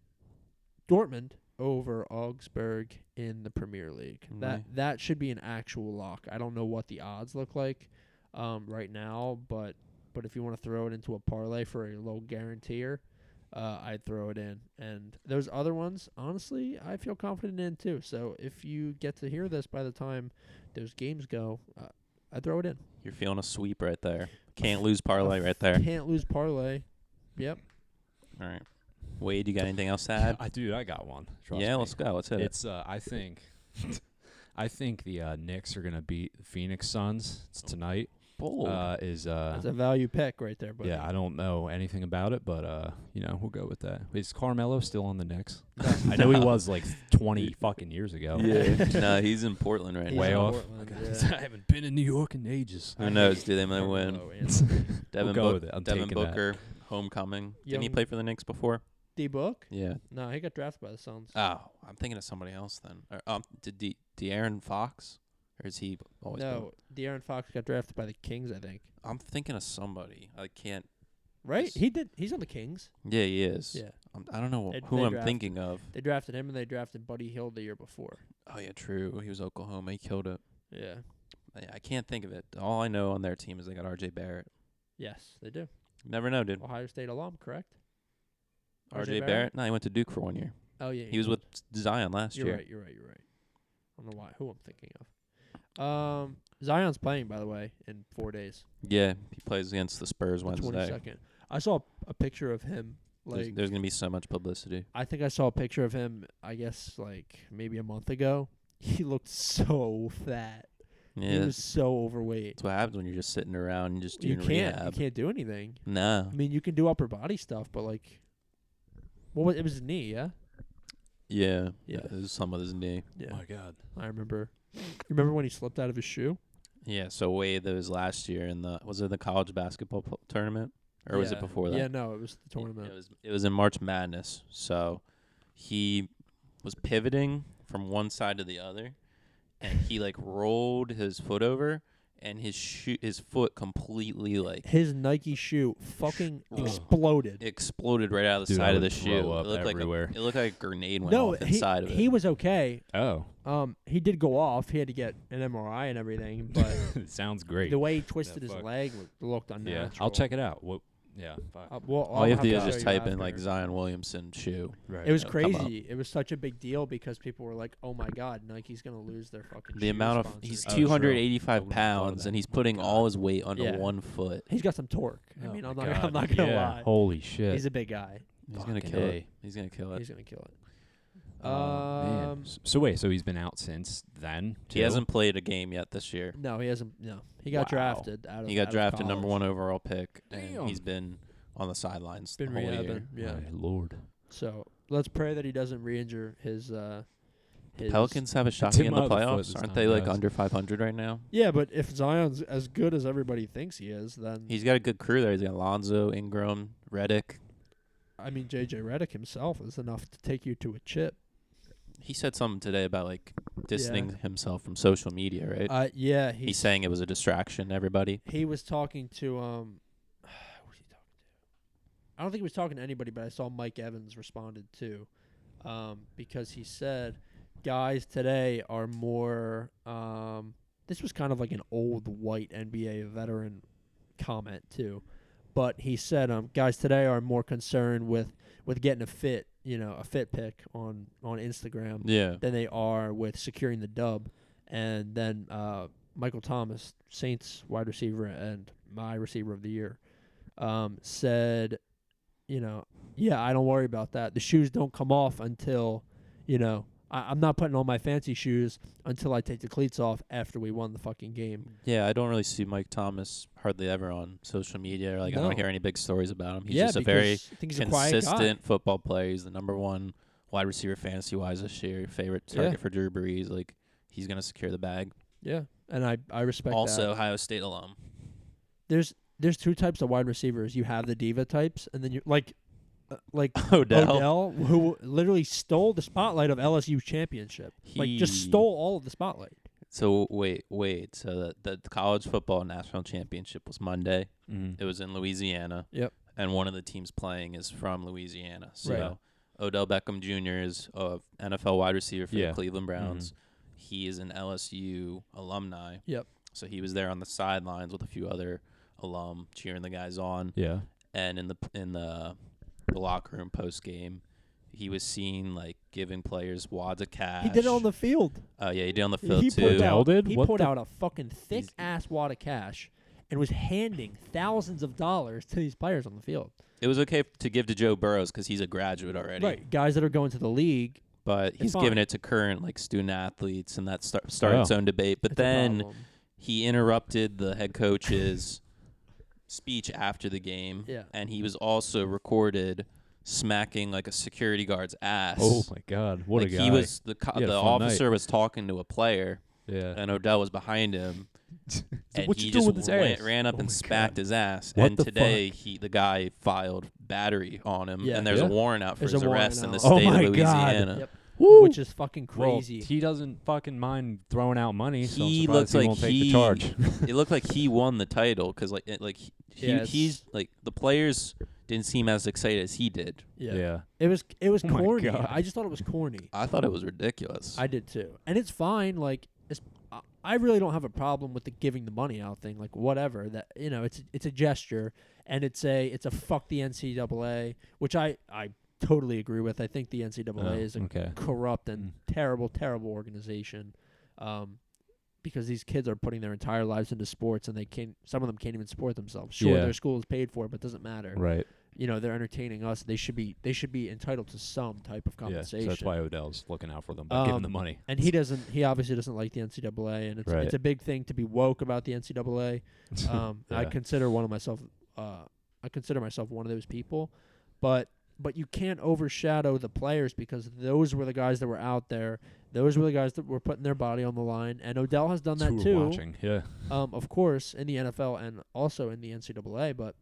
Speaker 2: Dortmund over Augsburg in the Premier League. That
Speaker 3: Nice.
Speaker 2: that should be an actual lock. I don't know what the odds look like um, right now, but but if you want to throw it into a parlay for a low guaranteer, uh, I'd throw it in. And those other ones, honestly, I feel confident in too. So if you get to hear this by the time those games go, uh, I throw it in.
Speaker 3: You're feeling a sweep right there. Can't lose parlay right there.
Speaker 2: Can't lose parlay. Yep.
Speaker 3: All right, Wade, you got anything else to add?
Speaker 1: I, dude, I got one. Trust
Speaker 3: yeah,
Speaker 1: me.
Speaker 3: let's go. Let's hit it.
Speaker 1: It's uh, I think, I think the uh, Knicks are gonna beat the Phoenix Suns. It's tonight.
Speaker 3: Bold.
Speaker 1: Uh, is uh,
Speaker 2: That's a value pick right there, buddy.
Speaker 1: yeah, I don't know anything about it, but uh, you know, we'll go with that. Is Carmelo still on the Knicks? I know he was like twenty fucking years ago.
Speaker 3: yeah. no, he's in Portland right
Speaker 2: He's
Speaker 1: Way
Speaker 2: in
Speaker 3: now.
Speaker 1: off.
Speaker 2: Portland,
Speaker 1: Okay.
Speaker 2: yeah.
Speaker 1: I haven't been in New York in ages.
Speaker 3: Who knows? Do they might win?
Speaker 2: Hello, Anthony.
Speaker 3: Devin,
Speaker 1: go
Speaker 3: Book-
Speaker 1: with it. I'm
Speaker 3: Devin
Speaker 1: taking that.
Speaker 3: Booker, homecoming. Didn't he
Speaker 2: Young-
Speaker 3: play for the Knicks before?
Speaker 2: D book?
Speaker 3: Yeah.
Speaker 2: No, he got drafted by the Suns.
Speaker 3: Oh, I'm thinking of somebody else then. Or, um, did De- De'Aaron Fox, or is he always? been-
Speaker 2: no, De'Aaron Fox got drafted by the Kings, I think.
Speaker 3: I'm thinking of somebody. I can't.
Speaker 2: Right?
Speaker 3: Yes.
Speaker 2: He did. He's on the Kings.
Speaker 3: Yeah, he is.
Speaker 2: Yeah.
Speaker 3: I'm, I don't know
Speaker 2: They-
Speaker 3: who
Speaker 2: they
Speaker 3: I'm
Speaker 2: draft-
Speaker 3: thinking of.
Speaker 2: They drafted him, and they drafted Buddy Hill the year before.
Speaker 3: Oh yeah, true. He was Oklahoma. He killed it.
Speaker 2: Yeah.
Speaker 3: I, I can't think of it. All I know on their team is they got R.J. Barrett.
Speaker 2: Yes, they do.
Speaker 3: Never know, dude.
Speaker 2: Ohio State alum, correct?
Speaker 3: R.J. Barrett. No, he went to Duke for one year.
Speaker 2: Oh yeah.
Speaker 3: He was with Zion last
Speaker 2: You're
Speaker 3: year.
Speaker 2: right. You're right. You're right. I don't know why. Who I'm thinking of. Um, Zion's playing by the way in four days,
Speaker 3: Yeah, he plays against the Spurs
Speaker 2: the twenty
Speaker 3: Wednesday.
Speaker 2: second. I saw a picture of him.
Speaker 3: There's,
Speaker 2: Like
Speaker 3: there's gonna be so much publicity.
Speaker 2: I think I saw a picture of him. I guess like maybe a month ago. He looked so fat. He
Speaker 3: Yeah,
Speaker 2: was so overweight.
Speaker 3: that's what happens when you're just sitting around and just
Speaker 2: You
Speaker 3: doing
Speaker 2: can't. You
Speaker 3: rehab.
Speaker 2: can't do anything.
Speaker 3: No.
Speaker 2: I mean, you can do upper body stuff, but like, what was it? Was his knee? Yeah.
Speaker 3: Yeah.
Speaker 2: Yeah.
Speaker 3: It was some of his knee.
Speaker 2: Yeah.
Speaker 1: My God.
Speaker 2: I remember. Remember when he slipped out of his shoe?
Speaker 3: Yeah. So Wade, that was last year in the was it the college basketball pl- tournament or was it
Speaker 2: Yeah.
Speaker 3: before that?
Speaker 2: Yeah, no, it was the
Speaker 3: Y-
Speaker 2: tournament.
Speaker 3: It was it was in March Madness. So he was pivoting from one side to the other, and he like rolled his foot over, and his shoe his foot completely like
Speaker 2: His Nike shoe fucking
Speaker 3: Ugh.
Speaker 2: exploded.
Speaker 3: exploded right out of the
Speaker 1: Dude, I
Speaker 3: side of the
Speaker 1: would
Speaker 3: shoe.
Speaker 1: throw up
Speaker 3: it looked
Speaker 1: everywhere.
Speaker 3: like a, it looked like a grenade went
Speaker 2: no,
Speaker 3: off
Speaker 2: he,
Speaker 3: inside of it.
Speaker 2: he was okay.
Speaker 1: Oh,
Speaker 2: Um, he did go off. He had to get an MRI and everything, but
Speaker 1: it sounds great.
Speaker 2: the way he twisted his
Speaker 1: fuck.
Speaker 2: leg w- looked unnatural.
Speaker 1: yeah, I'll check it out. What? Yeah. Fuck.
Speaker 2: Uh, well,
Speaker 3: All
Speaker 2: I'll
Speaker 3: you have to do
Speaker 2: have to
Speaker 3: is just
Speaker 2: show you
Speaker 3: type in like
Speaker 2: after.
Speaker 3: Zion Williamson shoe.
Speaker 1: Right.
Speaker 2: It was
Speaker 3: it'll come up.
Speaker 2: crazy. It was such a big deal because people were like, "Oh my god, Nike's gonna lose their fucking."
Speaker 3: The
Speaker 2: shoe
Speaker 3: amount of
Speaker 2: sponsor."
Speaker 3: he's
Speaker 1: Oh, true.
Speaker 3: 285
Speaker 1: I wouldn't have thought of
Speaker 3: pounds
Speaker 1: that.
Speaker 3: and he's putting all his weight under
Speaker 2: Yeah.
Speaker 3: one foot.
Speaker 2: he's got some torque. I
Speaker 1: Oh
Speaker 2: mean,
Speaker 1: my
Speaker 2: I'm not,
Speaker 1: God,
Speaker 2: I'm not gonna
Speaker 1: yeah.
Speaker 2: lie.
Speaker 1: Holy shit.
Speaker 2: He's a big guy.
Speaker 3: He's gonna
Speaker 1: Fucking
Speaker 3: kill it.
Speaker 1: A.
Speaker 3: He's gonna kill it.
Speaker 2: He's gonna kill it.
Speaker 3: Oh,
Speaker 1: Man.
Speaker 2: um,
Speaker 1: S- So wait, so he's been out since then?
Speaker 3: He
Speaker 1: too?
Speaker 3: hasn't played a game yet this year.
Speaker 2: No, he hasn't. No, he got
Speaker 3: Wow.
Speaker 2: drafted out of.
Speaker 3: He got
Speaker 2: out of
Speaker 3: drafted number
Speaker 2: college.
Speaker 3: one overall pick,
Speaker 1: Damn.
Speaker 3: and he's been on the sidelines
Speaker 2: Been
Speaker 3: the whole
Speaker 2: rehabbing.
Speaker 3: year.
Speaker 2: Yeah.
Speaker 1: My lord.
Speaker 2: So let's pray that he doesn't re-injure his. Uh, his
Speaker 3: Pelicans have a shot to
Speaker 1: Tim
Speaker 3: get in the
Speaker 1: Motherfoot
Speaker 3: playoffs.
Speaker 1: is
Speaker 3: Aren't
Speaker 1: not
Speaker 3: they like
Speaker 1: bad.
Speaker 3: under 500 right now?
Speaker 2: Yeah, but if Zion's as good as everybody thinks he is, then
Speaker 3: He's got a good crew there. He's got Lonzo, Ingram, Reddick.
Speaker 2: I mean JJ Redick himself is enough to take you to a chip.
Speaker 3: He said something today about like distancing himself from social media, right?
Speaker 2: Uh, yeah,
Speaker 3: he's,
Speaker 2: he's,
Speaker 3: saying it was a distraction. Everybody.
Speaker 2: he was talking to um, who was he talking to? I don't think he was talking to anybody, but I saw Mike Evans responded to, um, because he said guys today are more um. This was kind of like an old white NBA veteran comment too, but he said um guys today are more concerned with with getting a fit you know a fit pick on on Instagram
Speaker 3: Yeah.
Speaker 2: than they are with securing the dub. And then uh, Michael Thomas, Saints wide receiver and my receiver of the year, um, said, you know, yeah, I don't worry about that. The shoes don't come off until, you know, I, I'm not putting on my fancy shoes until I take the cleats off after we won the fucking game.
Speaker 3: Yeah, I don't really see Mike Thomas hardly ever on social media. Like I
Speaker 2: No.
Speaker 3: don't hear any big stories about him. He's
Speaker 2: yeah,
Speaker 3: just a very
Speaker 2: because I think he's a quiet guy.
Speaker 3: consistent football player. He's the number one wide receiver fantasy wise this year. Favorite target
Speaker 2: Yeah.
Speaker 3: for Drew Brees. Like he's gonna secure the bag.
Speaker 2: Yeah, and I I respect that.
Speaker 3: also, Ohio State alum.
Speaker 2: There's there's two types of wide receivers. You have the diva types, and then you like, uh, like
Speaker 3: Odell.
Speaker 2: Odell, who literally stole the spotlight of LSU championship, like just
Speaker 3: He-
Speaker 2: stole all of the spotlight.
Speaker 3: So wait, wait. So the, the college football national championship was Monday.
Speaker 1: Mm.
Speaker 3: It was in Louisiana.
Speaker 2: Yep.
Speaker 3: And one of the teams playing is from Louisiana. So
Speaker 1: Right.
Speaker 3: Odell Beckham Jr. is a NFL wide receiver for
Speaker 1: Yeah.
Speaker 3: the Cleveland
Speaker 2: Mm-hmm.
Speaker 3: Browns. He is an LSU alumni.
Speaker 2: Yep.
Speaker 3: So he was there on the sidelines with a few other alum cheering the guys on.
Speaker 1: Yeah.
Speaker 3: and in the in the, the locker room post game, he was seen like giving players wads of cash.
Speaker 2: He did it on the field.
Speaker 3: Oh yeah, he did it on the field
Speaker 2: he
Speaker 3: too.
Speaker 2: pulled
Speaker 1: Odell
Speaker 2: out,
Speaker 1: did?
Speaker 2: he
Speaker 1: What
Speaker 2: pulled
Speaker 1: the-
Speaker 2: out a fucking thick ass wad of cash and was handing thousands of dollars to these players on the field.
Speaker 3: It was okay to give to Joe Burrows because he's a graduate already.
Speaker 2: Right, guys that are going to the league.
Speaker 3: But he's
Speaker 2: fine.
Speaker 3: giving it to current like student athletes, and that start, started its
Speaker 1: Oh.
Speaker 3: own debate. But
Speaker 2: it's a
Speaker 3: then
Speaker 2: problem.
Speaker 3: he interrupted the head coach's speech after the game,
Speaker 2: Yeah.
Speaker 3: and he was also recorded smacking like a security guard's ass.
Speaker 1: Oh my God. What
Speaker 3: like
Speaker 1: a guy.
Speaker 3: he was the co-
Speaker 1: He had a
Speaker 3: the
Speaker 1: fun night.
Speaker 3: officer was talking to a player,
Speaker 2: uh,
Speaker 1: Yeah.
Speaker 3: and Odell was behind him, and
Speaker 1: what
Speaker 3: he
Speaker 1: you doing
Speaker 3: just
Speaker 1: with his
Speaker 3: ran,
Speaker 1: ass?
Speaker 3: ran up
Speaker 1: Oh my
Speaker 3: and smacked
Speaker 1: God.
Speaker 3: his ass.
Speaker 1: What
Speaker 3: and
Speaker 1: the
Speaker 3: today, he the guy filed battery on him,
Speaker 2: Yeah.
Speaker 3: and there's
Speaker 1: Yeah.
Speaker 3: a warrant out for
Speaker 2: There's
Speaker 3: his
Speaker 2: a warrant
Speaker 3: arrest in the
Speaker 2: out.
Speaker 1: Oh
Speaker 3: state of
Speaker 1: my God.
Speaker 3: Louisiana.
Speaker 2: Yep.
Speaker 1: Woo!
Speaker 2: which is fucking
Speaker 1: Well,
Speaker 2: crazy.
Speaker 1: he doesn't fucking mind throwing out money. So I'm
Speaker 3: He
Speaker 1: surprised
Speaker 3: looks
Speaker 1: he
Speaker 3: like
Speaker 1: won't take
Speaker 3: he-
Speaker 1: the charge.
Speaker 3: it looked like he won the title because like it, like he, he-
Speaker 2: Yeah, it's-
Speaker 3: he's like the players didn't seem as excited as he did.
Speaker 2: yeah. it was it was
Speaker 1: Oh my
Speaker 2: corny.
Speaker 1: God.
Speaker 2: I just thought it was corny.
Speaker 3: I thought it was ridiculous.
Speaker 2: I did too, and it's fine. Like, it's, I- I really don't have a problem with the giving the money out thing. Like, whatever that you know, it's it's a gesture, and it's a it's a fuck the NCAA, which I I totally agree with. I think the NCAA
Speaker 1: Oh, Mm.
Speaker 2: is a
Speaker 1: okay.
Speaker 2: corrupt and terrible, terrible organization. Um, because these kids are putting their entire lives into sports and they can't some of them can't even support themselves. Sure,
Speaker 1: Yeah.
Speaker 2: their school is paid for, but it doesn't matter.
Speaker 1: Right.
Speaker 2: You know, they're entertaining us. They should be they should be entitled to some type of
Speaker 1: Yeah.
Speaker 2: compensation.
Speaker 1: So that's why Odell's looking out for them by giving the
Speaker 2: Um,
Speaker 1: money.
Speaker 2: and he doesn't he obviously doesn't like the NCAA and it's
Speaker 1: Right.
Speaker 2: it's a big thing to be woke about the NCAA. Um I
Speaker 1: Yeah.
Speaker 2: consider one of myself uh I consider myself one of those people. But but you can't overshadow the players because those were the guys that were out there. Those were the guys that were putting their body on the line, and Odell has done
Speaker 1: That's
Speaker 2: that
Speaker 1: who we're
Speaker 2: too.
Speaker 1: watching. Yeah.
Speaker 2: um, of course, in the NFL and also in the NCAA, but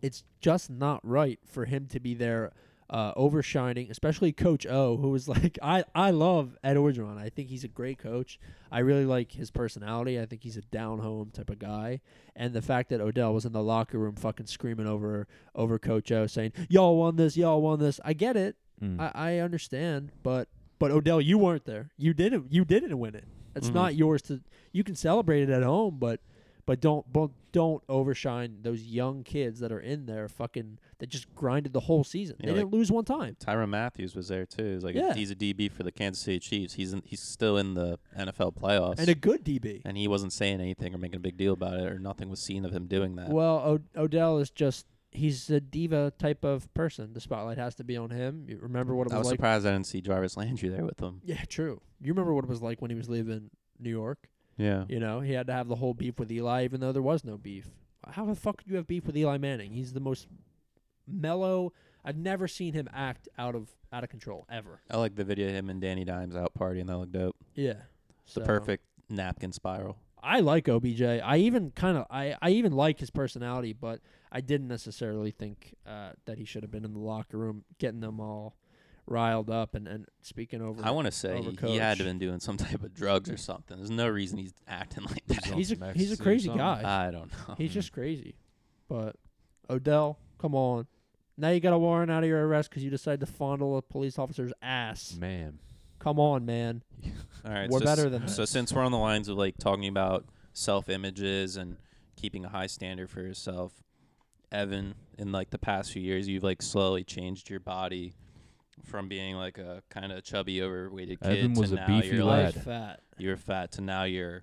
Speaker 2: it's just not right for him to be there uh, overshining, especially Coach O, who is like, I, I love Ed Orgeron. I think he's a great coach. I really like his personality. I think he's a down home type of guy. And the fact that Odell was in the locker room fucking screaming over over Coach O, saying, Y'all won this, y'all won this. I get it.
Speaker 1: Mm.
Speaker 2: I, I understand, but Hmm. but Odell, you weren't there. You didn't you didn't win it. It's
Speaker 3: Mhm.
Speaker 2: not yours to. You can celebrate it at home, but but don't but don't overshine those young kids that are in there. Fucking that just grinded the whole season.
Speaker 3: Yeah,
Speaker 2: they
Speaker 3: like-
Speaker 2: didn't lose one time.
Speaker 3: Tyron Matthews was there too. He's like
Speaker 2: Yeah.
Speaker 3: he's a DB for the Kansas City Chiefs. He's in, he's still in the NFL playoffs,
Speaker 2: And a good DB.
Speaker 3: and he wasn't saying anything or making a big deal about it, or nothing was seen of him doing that.
Speaker 2: Well, o- Odell is just he's a diva type of person. The spotlight has to be on him. You remember what it
Speaker 3: I was
Speaker 2: was like?
Speaker 3: surprised I didn't see Jarvis Landry there with him.
Speaker 2: Yeah, true. You remember what it was like when he was leaving New York?
Speaker 3: Yeah,
Speaker 2: You know, he had to have the whole beef with Eli, even though there was no beef. How the fuck could you have beef with Eli Manning? He's the most mellow. I've never seen him act out of out of control ever.
Speaker 3: I like the video of him and Danny Dimes out partying. That looked dope.
Speaker 2: Yeah,
Speaker 3: It's the perfect napkin spiral.
Speaker 2: I like OBJ. I even kind of I I even like his personality, but I didn't necessarily think uh, that he should have been in the locker room getting them all riled up and and speaking over.
Speaker 3: I want to say
Speaker 2: over
Speaker 3: he, he had to
Speaker 2: coach.
Speaker 3: been doing some type of drugs or something. There's no reason he's acting like that.
Speaker 1: on
Speaker 2: he's a
Speaker 1: some
Speaker 2: he's
Speaker 1: ecstasy
Speaker 2: a
Speaker 1: or
Speaker 2: crazy
Speaker 1: something.
Speaker 2: guy.
Speaker 3: I don't know.
Speaker 2: He's just crazy. But Odell, come on. Now you got a warrant out of your arrest because you decided to fondle a police officer's ass.
Speaker 1: Man.
Speaker 2: Come on, man.
Speaker 3: All right,
Speaker 2: we're
Speaker 3: so
Speaker 2: better
Speaker 3: s-
Speaker 2: than
Speaker 3: So
Speaker 2: this.
Speaker 3: since we're on the lines of like talking about self images and keeping a high standard for yourself, Evan, in like the past few years, you've like slowly changed your body from being like a kind of chubby, overweighted kid
Speaker 1: Evan
Speaker 3: to
Speaker 1: was a
Speaker 3: now
Speaker 1: beefy
Speaker 3: you're
Speaker 1: lad.
Speaker 2: Life
Speaker 3: like
Speaker 1: Glad.
Speaker 2: fat.
Speaker 3: you're fat to now you're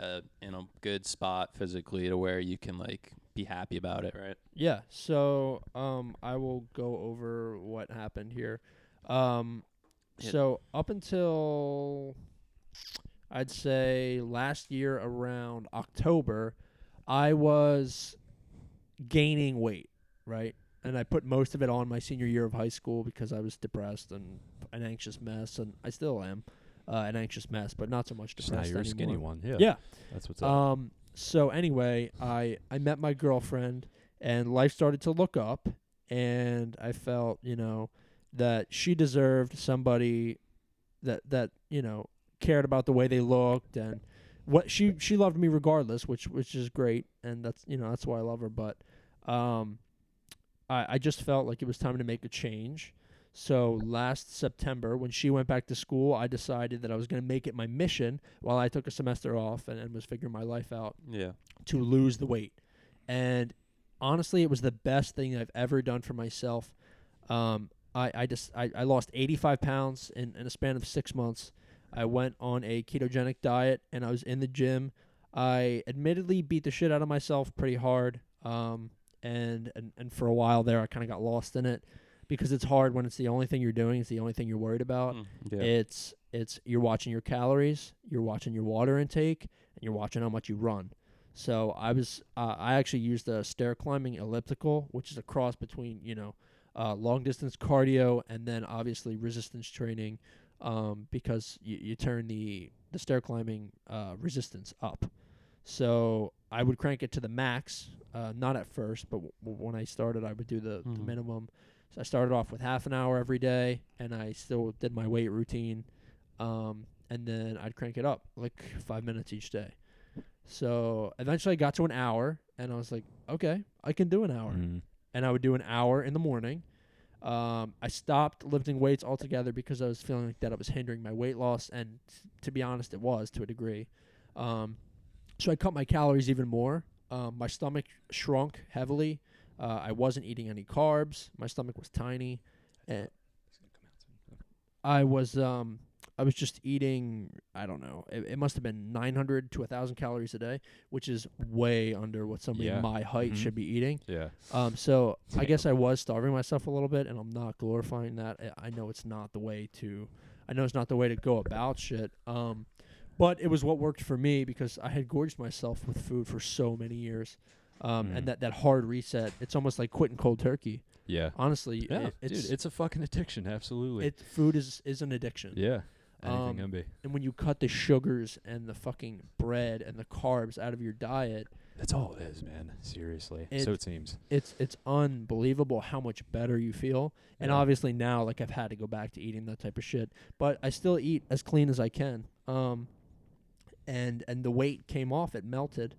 Speaker 3: uh, in a good spot physically to where you can like be happy about it, right?
Speaker 2: Yeah. So um, I will go over what happened here. Um,
Speaker 3: Yeah.
Speaker 2: so up until I'd say last year around October, I was gaining weight, right? And I put most of it on my senior year of high school because I was depressed and an anxious mess, and I still am uh, an anxious mess, but not so much
Speaker 1: Just now
Speaker 2: depressed
Speaker 1: you're a skinny
Speaker 2: anymore.
Speaker 1: one. Yeah.
Speaker 2: Yeah.
Speaker 1: That's what's up.
Speaker 2: Um. So anyway, I I met my girlfriend, and life started to look up, and I felt you know that she deserved somebody that that you know cared about the way they looked and what she she loved me regardless, which which is great, and that's you know that's why I love her. But um, I I just felt like it was time to make a change. So last September, when she went back to school, I decided that I was going to make it my mission while I took a semester off and, and was figuring my life out
Speaker 3: Yeah.
Speaker 2: to lose the weight. And honestly, it was the best thing I've ever done for myself. Um, I, I just I, I lost 85 pounds in, in a span of six months. I went on a ketogenic diet and I was in the gym. I admittedly beat the shit out of myself pretty hard. Um, and, and and for a while there, I kind of got lost in it because it's hard when it's the only thing you're doing. It's the only thing you're worried about.
Speaker 3: Mm, yeah.
Speaker 2: It's it's you're watching your calories, you're watching your water intake, and you're watching how much you run. So I was uh, I actually used a stair climbing elliptical, which is a cross between you know uh, long distance cardio and then obviously resistance training, um, because you, you turn the the stair climbing uh, resistance up. So I would crank it to the max, uh, not at first, but w- w- when I started, I would do the, the
Speaker 3: Mhm.
Speaker 2: minimum. So I started off with half an hour every day, and I still did my weight routine, um, and then I'd crank it up like five minutes each day. So eventually, I got to an hour, and I was like, okay, I can do an hour
Speaker 1: Mm.
Speaker 2: and I would do an hour in the morning. Um, I stopped lifting weights altogether because I was feeling like that it was hindering my weight loss, and t- to be honest, it was to a degree. Um, so I cut my calories even more. Um, my stomach shrunk heavily. Uh, I wasn't eating any carbs. My stomach Eh, was tiny. I was um, I was just eating, I don't know, it, it must have been 900 to 1,000 calories a day, which is way under what somebody
Speaker 1: Yeah.
Speaker 2: my height
Speaker 1: Mhm.
Speaker 2: should be eating.
Speaker 1: Yeah.
Speaker 2: Um, so I guess I was starving myself a little bit, and I'm not glorifying that. I- I know it's not the way to, I know it's not the way to go about shit. Um, but it was what worked for me because I had gorged myself with food for so many years, um,
Speaker 1: Mm.
Speaker 2: and that that hard reset. It's almost like quitting cold turkey.
Speaker 1: Yeah.
Speaker 2: Honestly,
Speaker 1: Yeah.
Speaker 2: it- it's
Speaker 1: dude, it's a fucking addiction. Absolutely.
Speaker 2: it, food is is an addiction.
Speaker 1: yeah. Anything
Speaker 2: um,
Speaker 1: can be.
Speaker 2: And when you cut the sugars and the fucking bread and the carbs out of your diet,
Speaker 1: That's all it is, man. Seriously.
Speaker 2: it-
Speaker 1: so it seems.
Speaker 2: it's it's unbelievable how much better you feel. And
Speaker 1: Yeah.
Speaker 2: obviously now, like I've had to go back to eating that type of shit, but I still eat as clean as I can. Um, and and the weight came off; it melted.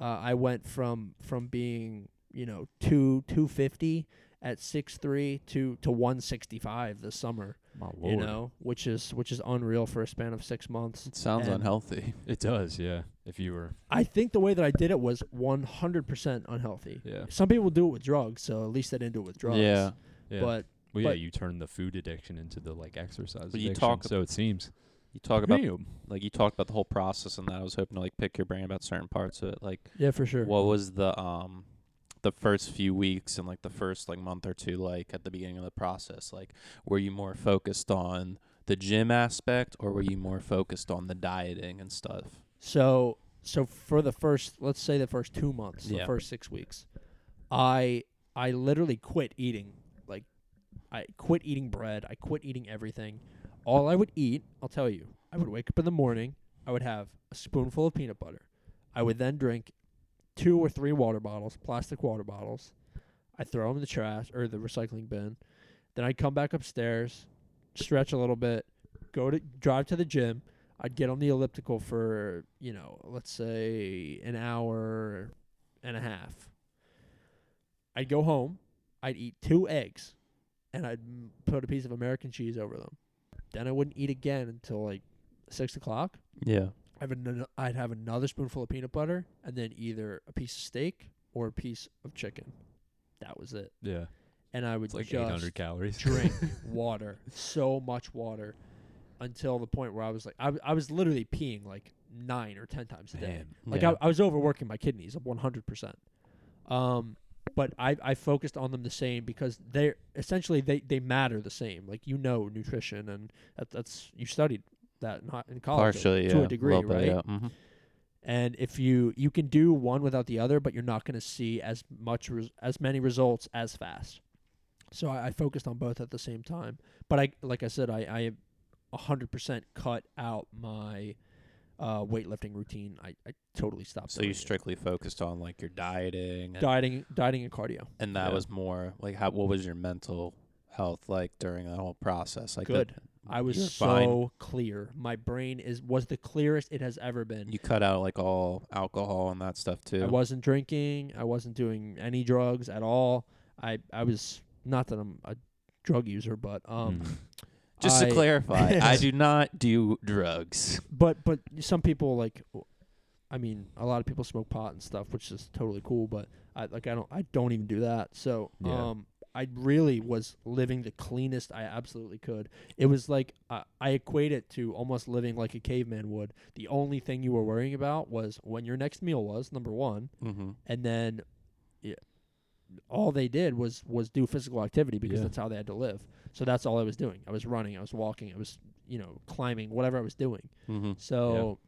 Speaker 2: Uh, I went from from being you know two two fifty at six three to to one sixty five this summer.
Speaker 1: My lord.
Speaker 2: You know, which is which is unreal for a span of six months.
Speaker 3: It sounds
Speaker 2: And-
Speaker 3: unhealthy.
Speaker 1: It does, yeah. If you were
Speaker 2: I think the way that I did it was one hundred percent unhealthy.
Speaker 1: yeah.
Speaker 2: Some people do it with drugs, so at least they didn't do it with drugs.
Speaker 3: Yeah.
Speaker 1: Yeah.
Speaker 2: But
Speaker 1: well, yeah,
Speaker 2: but-
Speaker 1: you turn the food addiction into the like exercise
Speaker 3: But you
Speaker 1: addiction.
Speaker 3: talk-
Speaker 1: so it seems.
Speaker 3: You talk about
Speaker 1: Damn.
Speaker 3: like you talked about the whole process and that I was hoping to like pick your brain about certain parts of it. Like
Speaker 2: yeah, for sure.
Speaker 3: what was the um the first few weeks and like the first like month or two like at the beginning of the process? Like were you more focused on the gym aspect or were you more focused on the dieting and stuff?
Speaker 2: So so for the first let's say the first two months, the
Speaker 3: Yeah.
Speaker 2: first six weeks, I I literally quit eating. Like I quit eating bread. I quit eating everything. All I would eat, I'll tell you, I would wake up in the morning, I would have a spoonful of peanut butter. I would then drink two or three water bottles, plastic water bottles. I throw them in the trash or the recycling bin. Then I'd come back upstairs, stretch a little bit, go to drive to the gym. I'd get on the elliptical for, you know, let's say an hour and a half. I'd go home, I'd eat two eggs, and I'd m- put a piece of American cheese over them. Then I wouldn't eat again until like six o'clock.
Speaker 3: Yeah.
Speaker 2: I'd have, ano- I'd have another spoonful of peanut butter and then either a piece of steak or a piece of chicken. That was it.
Speaker 1: Yeah.
Speaker 2: And I would
Speaker 1: It's like eight
Speaker 2: just
Speaker 1: hundred calories.
Speaker 2: drink water, so much water, until the point where I was like, I, w- I was literally peeing like nine or ten times a day.
Speaker 1: Damn.
Speaker 2: Like
Speaker 3: yeah.
Speaker 2: I, I was overworking my kidneys, one hundred percent. Um, but I I focused on them the same because they're essentially they they matter the same. Like you know nutrition and that, that's you studied that in, hi- in college
Speaker 3: partially
Speaker 2: to
Speaker 3: yeah,
Speaker 2: a degree,
Speaker 3: little bit,
Speaker 2: right?
Speaker 3: yeah. Mhm.
Speaker 2: and if you you can do one without the other but you're not going to see as much res- as many results as fast so I, I focused on both at the same time but i like i said i i 100% cut out my uh, weightlifting routine i, I totally stopped
Speaker 3: So you
Speaker 2: doing it.
Speaker 3: strictly focused on like your dieting and,
Speaker 2: dieting dieting and cardio
Speaker 3: and that
Speaker 1: Yeah.
Speaker 3: was more like how what was your mental health like during that whole process? Like
Speaker 2: Good.
Speaker 3: that-
Speaker 2: i was
Speaker 3: you're
Speaker 2: so
Speaker 3: fine.
Speaker 2: clear my brain is was the clearest it has ever been
Speaker 3: You cut out like all alcohol and that stuff too.
Speaker 2: I wasn't drinking. I wasn't doing any drugs at all. I I was not that I'm a drug user, but um,
Speaker 1: Mm.
Speaker 3: Just to
Speaker 2: I-
Speaker 3: clarify, I do not do drugs.
Speaker 2: but but some people like, w- I mean, a lot of people smoke pot and stuff, which is totally cool. But I like I don't I don't even do that. So
Speaker 1: Yeah.
Speaker 2: um, I really was living the cleanest I absolutely could. It was like I, I equate it to almost living like a caveman would. The only thing you were worrying about was when your next meal was number one.
Speaker 3: Mm-hmm.
Speaker 2: and then yeah, all they did was was do physical activity because
Speaker 1: Yeah.
Speaker 2: that's how they had to live. So that's all I was doing. I was running, I was walking, I was you know climbing, whatever I was doing.
Speaker 3: Mm-hmm.
Speaker 2: So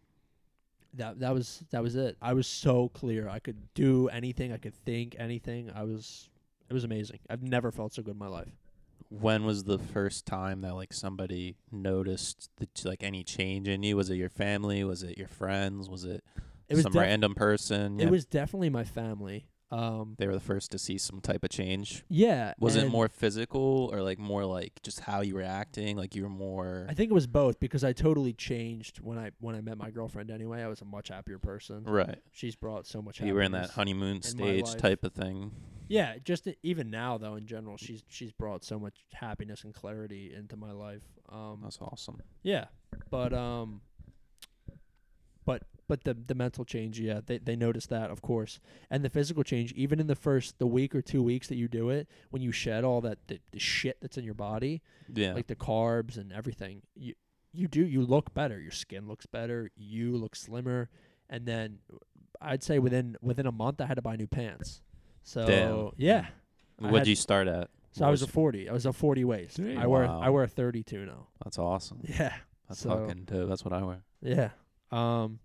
Speaker 2: that that was that was it. I was so clear. I could do anything. I could think anything. I was it was amazing. I've never felt so good in my life.
Speaker 3: When was the first time that like somebody noticed that like any change in you? Was it your family? Was it your friends? Was it,
Speaker 2: It was
Speaker 3: some
Speaker 2: def-
Speaker 3: random person? Yeah,
Speaker 2: it was definitely my family. Um,
Speaker 3: they were the first to see some type of change.
Speaker 2: yeah.
Speaker 3: Was it
Speaker 2: and
Speaker 3: more physical or like more like just how you were acting? Like you were more
Speaker 2: I think it was both because I totally changed when I when I met my girlfriend. Anyway, I was a much happier person.
Speaker 3: right.
Speaker 2: She's brought so much.
Speaker 3: You were in that
Speaker 2: happiness.
Speaker 3: honeymoon
Speaker 2: my
Speaker 3: stage
Speaker 2: life.
Speaker 3: type of thing.
Speaker 2: Yeah, just i- even now though, in general, she's she's brought so much happiness and clarity into my life. Um,
Speaker 3: That's awesome.
Speaker 2: yeah, but um, but but the the mental change, yeah, they they notice that of course, and the physical change, even in the first the week or two weeks that you do it, when you shed all that the, the shit that's in your body,
Speaker 3: Yeah.
Speaker 2: like the carbs and everything, you you do. You look better. Your skin looks better. You look slimmer. And then I'd say within within a month, I had to buy new pants. So
Speaker 3: Damn.
Speaker 2: yeah. I
Speaker 3: What'd
Speaker 2: had-
Speaker 3: you start at?
Speaker 2: So I was a 40. I was a 40 waist.
Speaker 1: Damn.
Speaker 2: I wear I
Speaker 3: Wow.
Speaker 2: wear a 32 now.
Speaker 3: That's awesome.
Speaker 2: Yeah.
Speaker 3: That's
Speaker 2: So-
Speaker 3: fucking dope. That's what I wear.
Speaker 2: Yeah. Um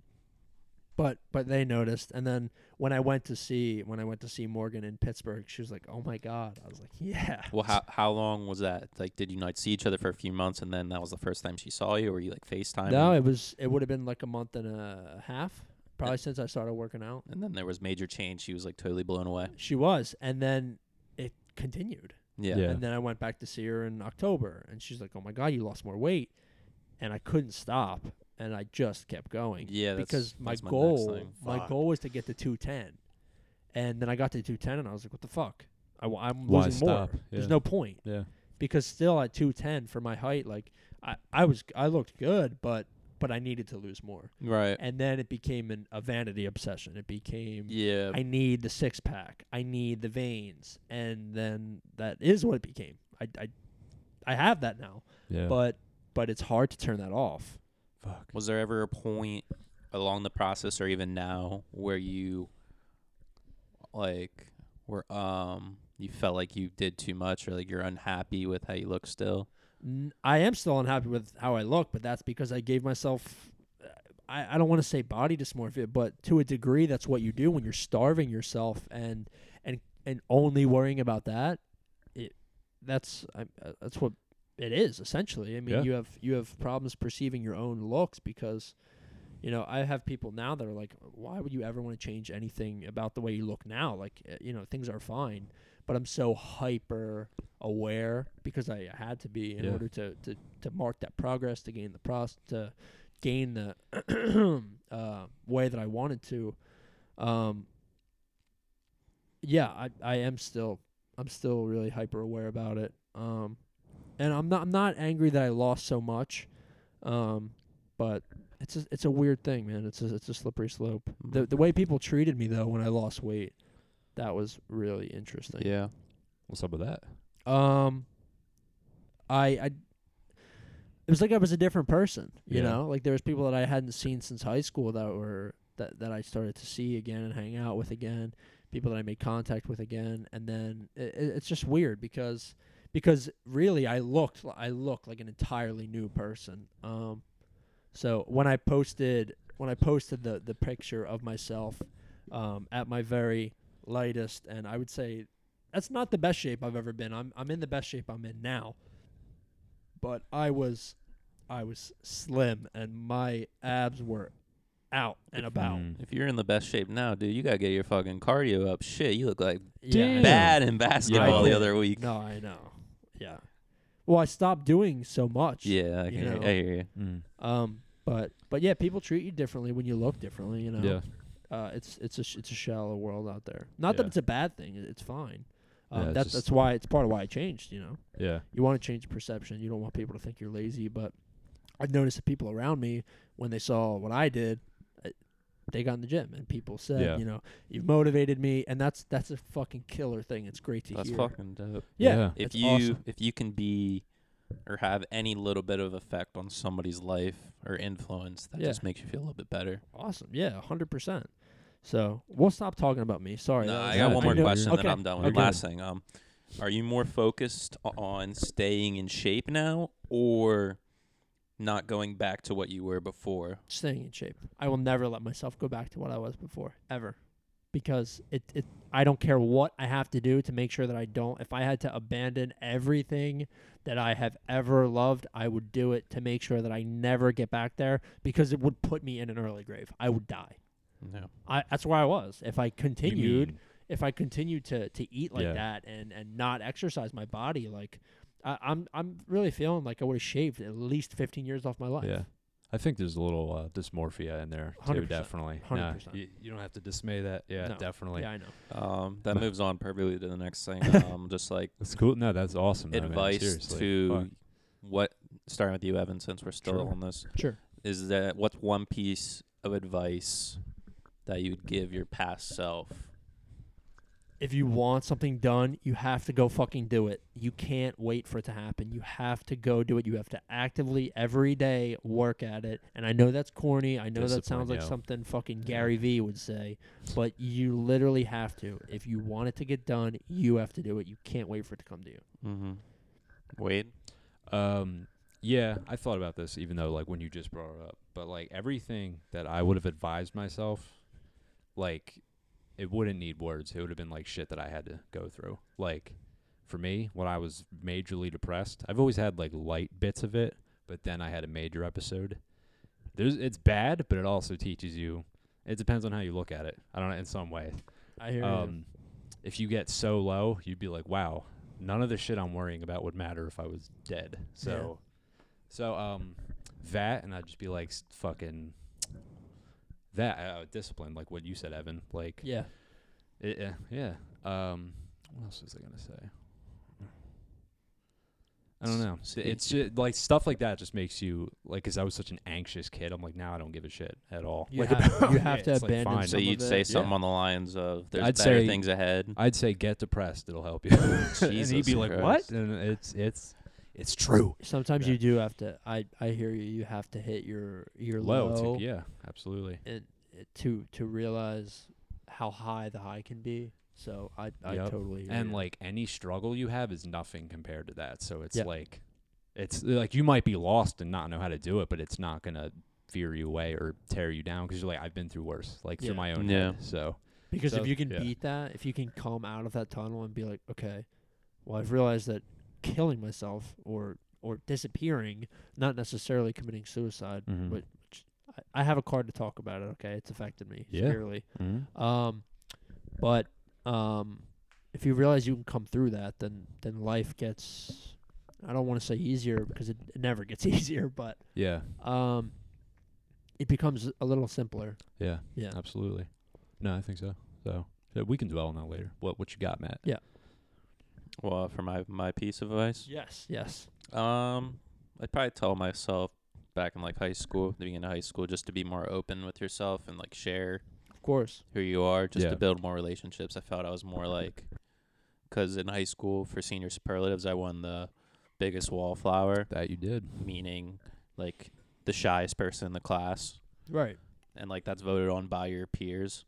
Speaker 2: but but they noticed and then when I went to see when I went to see Morgan in Pittsburgh, she was like, "Oh my god." I was like, "Yeah."
Speaker 3: Well, how how long was that? Like, did you not see each other for a few months, and then that was the first time she saw you, or you like Facetime?
Speaker 2: No, it was it would have been like a month and a half probably since I started working out.
Speaker 3: and then there was major change. She was like totally blown away.
Speaker 2: She was and then it continued.
Speaker 3: Yeah.
Speaker 1: Yeah.
Speaker 2: And then I went back to see her in October and she's like, "Oh my god, you lost more weight." And I couldn't stop and I just kept going.
Speaker 3: Yeah, that's-
Speaker 2: because my
Speaker 3: that's my next
Speaker 2: goal
Speaker 3: thing.
Speaker 2: my,
Speaker 1: Fuck.
Speaker 2: goal was to get to 210 and then i got to 210 and i was like what the fuck I, am
Speaker 1: Why
Speaker 2: losing more
Speaker 1: stop?
Speaker 2: there's
Speaker 1: Yeah.
Speaker 2: no point
Speaker 1: Yeah.
Speaker 2: because still at 210 for my height like i, I was i looked good but but i needed to lose more
Speaker 3: Right.
Speaker 2: and then it became an, a vanity obsession it became
Speaker 3: Yeah.
Speaker 2: i need the six-pack i need the veins and then that is what it became i i, I have that now
Speaker 1: Yeah.
Speaker 2: but but it's hard to turn that off
Speaker 1: Fuck.
Speaker 3: was there ever a point along the process, or even now, where you like were um you felt like you did too much, or like you're unhappy with how you look still?
Speaker 2: N- I am still unhappy with how I look, but that's because I gave myself. uh, I, I don't want to say body dysmorphia, but to a degree, that's what you do when you're starving yourself and and and only worrying about that. It that's I, uh, that's what it is essentially. I mean,
Speaker 1: Yeah.
Speaker 2: you have you have problems perceiving your own looks because. You know, I have people now that are like, "Why would you ever want to change anything about the way you look now? Like, uh, you know, things are fine." But I'm so hyper aware because I had to be in
Speaker 1: Yeah.
Speaker 2: order to, to, to mark that progress, to gain the pros, to gain the uh, way that I wanted to. Um, yeah, I, I am still I'm still really hyper aware about it. Um, and I'm not I'm not angry that I lost so much. Um, but it's a, it's a weird thing, man. It's a, it's a slippery slope. The the way people treated me though when I lost weight, that was really interesting.
Speaker 3: Yeah.
Speaker 1: What's up with that?
Speaker 2: Um, I, I, it was like I was a different person, you
Speaker 1: Yeah.
Speaker 2: know. Like there was people that I hadn't seen since high school that were that that I started to see again and hang out with again. People that I made contact with again, and then it, it's just weird because because really I looked li- I looked like an entirely new person. Um, so when I posted when I posted the the picture of myself um, at my very lightest, and I would say that's not the best shape I've ever been. I'm I'm in the best shape I'm in now. But I was I was slim and my abs were out and about.
Speaker 1: Mm.
Speaker 3: If you're in the best shape now, dude, you gotta get your fucking cardio up. Shit, you look like
Speaker 2: Yeah.
Speaker 1: Damn.
Speaker 3: bad in basketball the
Speaker 2: did.
Speaker 3: other week.
Speaker 2: No, I know. Yeah. Well, I stopped doing so much.
Speaker 3: Yeah, I,
Speaker 2: You
Speaker 3: can hear-
Speaker 2: know.
Speaker 3: I hear you.
Speaker 1: Mm.
Speaker 2: Um but but yeah, people treat you differently when you look differently, you know.
Speaker 1: Yeah.
Speaker 2: Uh it's it's a sh- it's a shallow world out there. Not that
Speaker 1: Yeah.
Speaker 2: it's a bad thing. it- It's fine. Um,
Speaker 1: Yeah, it's
Speaker 2: that's
Speaker 1: just-
Speaker 2: that's why it's part of why I changed, you know.
Speaker 1: Yeah.
Speaker 2: you want to change perception. You don't want people to think you're lazy. But I've noticed that people around me, when they saw what I did, I- they got in the gym and people said,
Speaker 1: Yeah.
Speaker 2: you know, you've motivated me, and that's that's a fucking killer thing. It's great to
Speaker 3: That's
Speaker 2: hear.
Speaker 3: fucking dope.
Speaker 2: yeah.
Speaker 1: Yeah.
Speaker 3: If
Speaker 2: it's
Speaker 3: you
Speaker 2: awesome.
Speaker 3: if you can be or have any little bit of effect on somebody's life or influence, that
Speaker 2: Yeah.
Speaker 3: just makes you feel a little bit better.
Speaker 2: awesome, yeah, hundred percent. So we'll stop talking about me. Sorry,
Speaker 3: No,
Speaker 2: that was-
Speaker 3: I got
Speaker 1: Yeah,
Speaker 3: one
Speaker 1: I
Speaker 3: more
Speaker 1: know-
Speaker 3: question,
Speaker 2: okay,
Speaker 3: then I'm done with it.
Speaker 2: okay.
Speaker 3: Last thing, um, are you more focused o- on staying in shape now or not going back to what you were before?
Speaker 2: staying in shape. I will never let myself go back to what I was before ever, because it it I don't care what I have to do to make sure that I don't. If I had to abandon everything that I have ever loved, I would do it to make sure that I never get back there because it would put me in an early grave. I would die.
Speaker 3: No.
Speaker 2: I that's where I was. If I
Speaker 1: You
Speaker 2: continued,
Speaker 1: mean-
Speaker 2: if I continued to to eat like
Speaker 1: Yeah.
Speaker 2: that and and not exercise my body, like I, I'm I'm really feeling like I would have shaved at least 15 years off my life.
Speaker 1: Yeah. I think there's a little uh, dysmorphia in there too.
Speaker 2: 100%.
Speaker 1: Definitely. Nah,
Speaker 2: 100%.
Speaker 1: you, you don't have to dismay that. Yeah.
Speaker 2: No.
Speaker 1: Definitely.
Speaker 2: yeah, I know.
Speaker 3: Um, that moves on perfectly to the next thing. Um, just like
Speaker 1: That's cool. No, that's awesome. though, man.
Speaker 3: advice
Speaker 1: Seriously.
Speaker 3: to
Speaker 1: Fuck.
Speaker 3: what starting with you, Evan, since we're still
Speaker 1: Sure.
Speaker 3: on this,
Speaker 2: Sure.
Speaker 3: is that what's one piece of advice that you would give your past self
Speaker 2: if you want something done, you have to go fucking do it. You can't wait for it to happen. You have to go do it. You have to actively every day work at it. And I know that's corny. I know that
Speaker 1: Discipline,
Speaker 2: sounds like
Speaker 1: yeah.
Speaker 2: something fucking Gary Vee would say, but you literally have to. If you want it to get done, you have to do it. You can't wait for it to come to you.
Speaker 3: Mm-hmm. Wait.
Speaker 1: Um, yeah, I thought about this, even though like when you just brought it up, but like everything that I would have advised myself, like it wouldn't need words. It would have been like shit that I had to go through. Like for me, when I was majorly depressed, I've always had like light bits of it, but then I had a major episode. There's it's bad, but it also teaches you. It depends on how you look at it. I don't know in some way
Speaker 2: I hear
Speaker 1: um, if you get so low, you'd be like, wow, none of the shit I'm worrying about would matter if I was dead. So, so um, that, and I'd just be like, s- fucking that uh, discipline, like what you said, Evan. Like,
Speaker 2: Yeah.
Speaker 1: it, uh, yeah. Um, what else was I gonna say? I don't know.
Speaker 3: S-
Speaker 1: Th- It's just, like stuff like that just makes you like, cause I was such an anxious kid. I'm like now I don't give a shit at all.
Speaker 2: You
Speaker 1: like
Speaker 2: have-
Speaker 1: about
Speaker 2: you
Speaker 1: it.
Speaker 2: have to
Speaker 1: It's, like,
Speaker 2: abandon
Speaker 1: fine.
Speaker 3: So
Speaker 2: some
Speaker 3: you'd
Speaker 2: of
Speaker 3: say
Speaker 2: it,
Speaker 3: something
Speaker 1: yeah.
Speaker 3: on the lines of "There's
Speaker 1: I'd
Speaker 3: better
Speaker 1: say-
Speaker 3: things ahead."
Speaker 1: I'd say get depressed. It'll help you. and he'd
Speaker 3: Jesus
Speaker 1: be like,
Speaker 3: Christ.
Speaker 1: "What?" And it's it's it's true.
Speaker 2: Sometimes
Speaker 1: Yeah.
Speaker 2: you do have to. I I hear you. You have to hit your your low,
Speaker 1: Low, to- yeah, absolutely.
Speaker 2: and uh, to to realize how high the high can be. So I I
Speaker 1: Yep.
Speaker 2: totally hear
Speaker 1: And
Speaker 2: you.
Speaker 1: like any struggle you have is nothing compared to that. So it's
Speaker 2: Yeah.
Speaker 1: like it's like you might be lost and not know how to do it, but it's not gonna fear you away or tear you down because you're like I've been through worse, like
Speaker 2: Yeah.
Speaker 1: through my own
Speaker 3: Yeah.
Speaker 1: head. So
Speaker 2: because
Speaker 1: so-
Speaker 2: if you can
Speaker 1: yeah.
Speaker 2: beat that, if you can come out of that tunnel and be like, okay, well I've realized that killing myself or or disappearing, not necessarily committing suicide,
Speaker 1: Mhm.
Speaker 2: but which I, I have a card to talk about it. Okay, it's affected me
Speaker 1: Yeah.
Speaker 2: severely. Um, but um, if you realize you can come through that, then then life gets. I don't want to say easier because it, it never gets easier, but
Speaker 1: yeah,
Speaker 2: um, it becomes a little simpler.
Speaker 1: yeah,
Speaker 2: Yeah.
Speaker 1: absolutely. No, I think so. So yeah, we can dwell on that later. What what you got, Matt?
Speaker 3: Well, for my my piece of advice,
Speaker 2: Yes. Yes.
Speaker 3: Um, I'd probably tell myself back in like high school, the beginning of high school, just to be more open with yourself and like share
Speaker 2: Of course.
Speaker 3: who you are, just
Speaker 1: Yeah.
Speaker 3: to build more relationships. I felt I was more like, because in high school for senior superlatives, I won the biggest wallflower,
Speaker 1: That you did.
Speaker 3: meaning like the shyest person in the class,
Speaker 2: Right.
Speaker 3: and like that's voted on by your peers.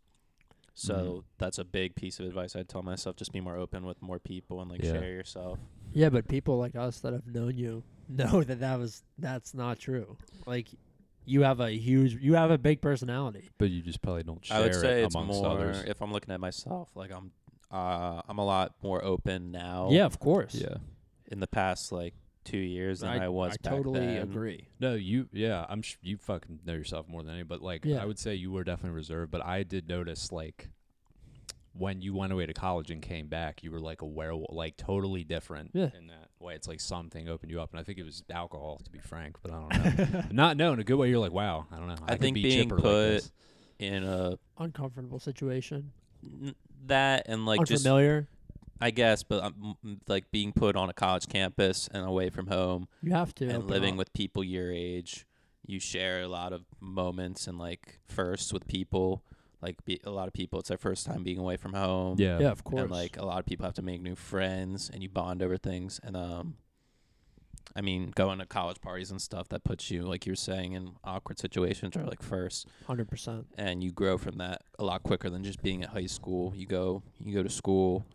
Speaker 3: So
Speaker 1: Mm-hmm.
Speaker 3: that's a big piece of advice I'd tell myself: just be more open with more people and like
Speaker 1: Yeah.
Speaker 3: share yourself.
Speaker 2: Yeah, but people like us that have known you know that that was that's not true. Like, you have a huge, you have a big personality.
Speaker 1: But you just probably don't share
Speaker 3: I would say
Speaker 1: it
Speaker 3: it's
Speaker 1: amongst
Speaker 3: more
Speaker 1: others.
Speaker 3: if I'm looking at myself, like I'm uh I'm a lot more open now
Speaker 2: Yeah, of course.
Speaker 1: Yeah.
Speaker 3: in the past like two years than I, was
Speaker 2: I
Speaker 3: back
Speaker 2: totally
Speaker 3: then.
Speaker 2: agree.
Speaker 1: No, you yeah, I'm sh- you fucking know yourself more than any, but like
Speaker 2: Yeah.
Speaker 1: I would say you were definitely reserved, but I did notice like when you went away to college and came back, you were like a werewolf, like totally different
Speaker 2: Yeah.
Speaker 1: in that way. It's like something opened you up, and I think it was alcohol, to be frank, but I don't know. Not no, in a good way. You're like, wow, I don't know.
Speaker 3: I
Speaker 1: could
Speaker 3: think
Speaker 1: be
Speaker 3: being
Speaker 1: chipper like
Speaker 3: put
Speaker 1: this.
Speaker 3: In a
Speaker 2: Uncomfortable situation.
Speaker 3: n- that and like just
Speaker 2: Unfamiliar.
Speaker 3: I guess, but um, m- like being put on a college campus and away from home
Speaker 2: you have to.
Speaker 3: and
Speaker 2: open
Speaker 3: living
Speaker 2: up.
Speaker 3: with people your age, you share a lot of moments and like firsts with people. Like be, a lot of people, it's their first time being away from home.
Speaker 1: yeah,
Speaker 2: Yeah, of course.
Speaker 3: and like a lot of people have to make new friends and you bond over things and um i mean going to college parties and stuff that puts you like you're saying in awkward situations or like first
Speaker 2: hundred percent.
Speaker 3: and you grow from that a lot quicker than just being at high school you go you go to school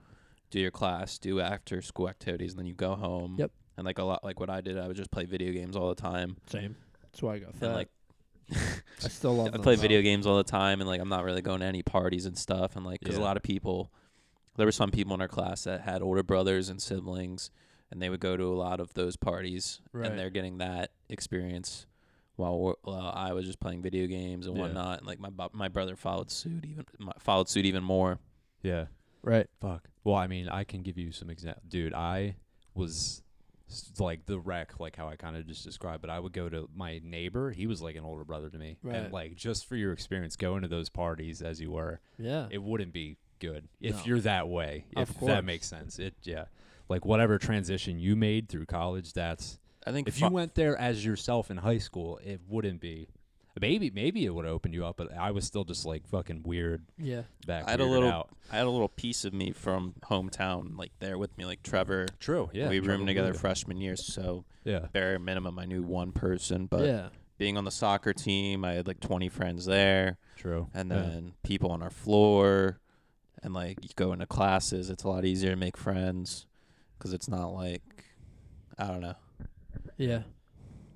Speaker 3: do your class do after school activities and then you go home
Speaker 2: Yep.
Speaker 3: and like a lot like what i did i would just play video games all the time
Speaker 2: Same. That's why I got
Speaker 3: and
Speaker 2: fat.
Speaker 3: like
Speaker 2: I still love.
Speaker 3: I
Speaker 2: them,
Speaker 3: play
Speaker 2: though.
Speaker 3: video games all the time, and like I'm not really going to any parties and stuff. And like, because a
Speaker 1: Yeah.
Speaker 3: lot of people, there were some people in our class that had older brothers and siblings, and they would go to a lot of those parties,
Speaker 2: Right.
Speaker 3: and they're getting that experience while, we're- while I was just playing video games and
Speaker 1: Yeah.
Speaker 3: whatnot. And like my bu- my brother followed suit even my, followed suit even more.
Speaker 1: yeah.
Speaker 2: Right.
Speaker 1: Fuck. Well, I mean, I can give you some example. Dude, I was s- like the wreck, like how I kind of just described. But I would go to my neighbor. He was like an older brother to me,
Speaker 2: Right.
Speaker 1: and like just for your experience, going to those parties as you were,
Speaker 2: Yeah.
Speaker 1: it wouldn't be good if
Speaker 2: Uh. No.
Speaker 1: you're that way.
Speaker 2: Of
Speaker 1: if
Speaker 2: course.
Speaker 1: that makes sense, it yeah. Like whatever transition you made through college, that's
Speaker 3: I think
Speaker 1: if
Speaker 3: fo-
Speaker 1: you went there as yourself in high school, it wouldn't be. I Maybe maybe it would have opened you up, but I was still just like fucking weird
Speaker 2: Yeah.
Speaker 1: back.
Speaker 3: I had a
Speaker 1: weirded
Speaker 3: little-
Speaker 1: out.
Speaker 3: I had a little piece of me from hometown, like there with me, like Trevor.
Speaker 1: True. Yeah.
Speaker 3: we
Speaker 1: Trevor
Speaker 3: roomed together
Speaker 1: Luda.
Speaker 3: freshman year, so
Speaker 1: yeah.
Speaker 3: bare minimum I knew one person. But
Speaker 2: yeah.
Speaker 3: being on the soccer team, I had like 20 friends there,
Speaker 1: True.
Speaker 3: and
Speaker 1: Yeah.
Speaker 3: then people on our floor, and like you go into classes. It's a lot easier to make friends because it's not like I don't know.
Speaker 2: Yeah.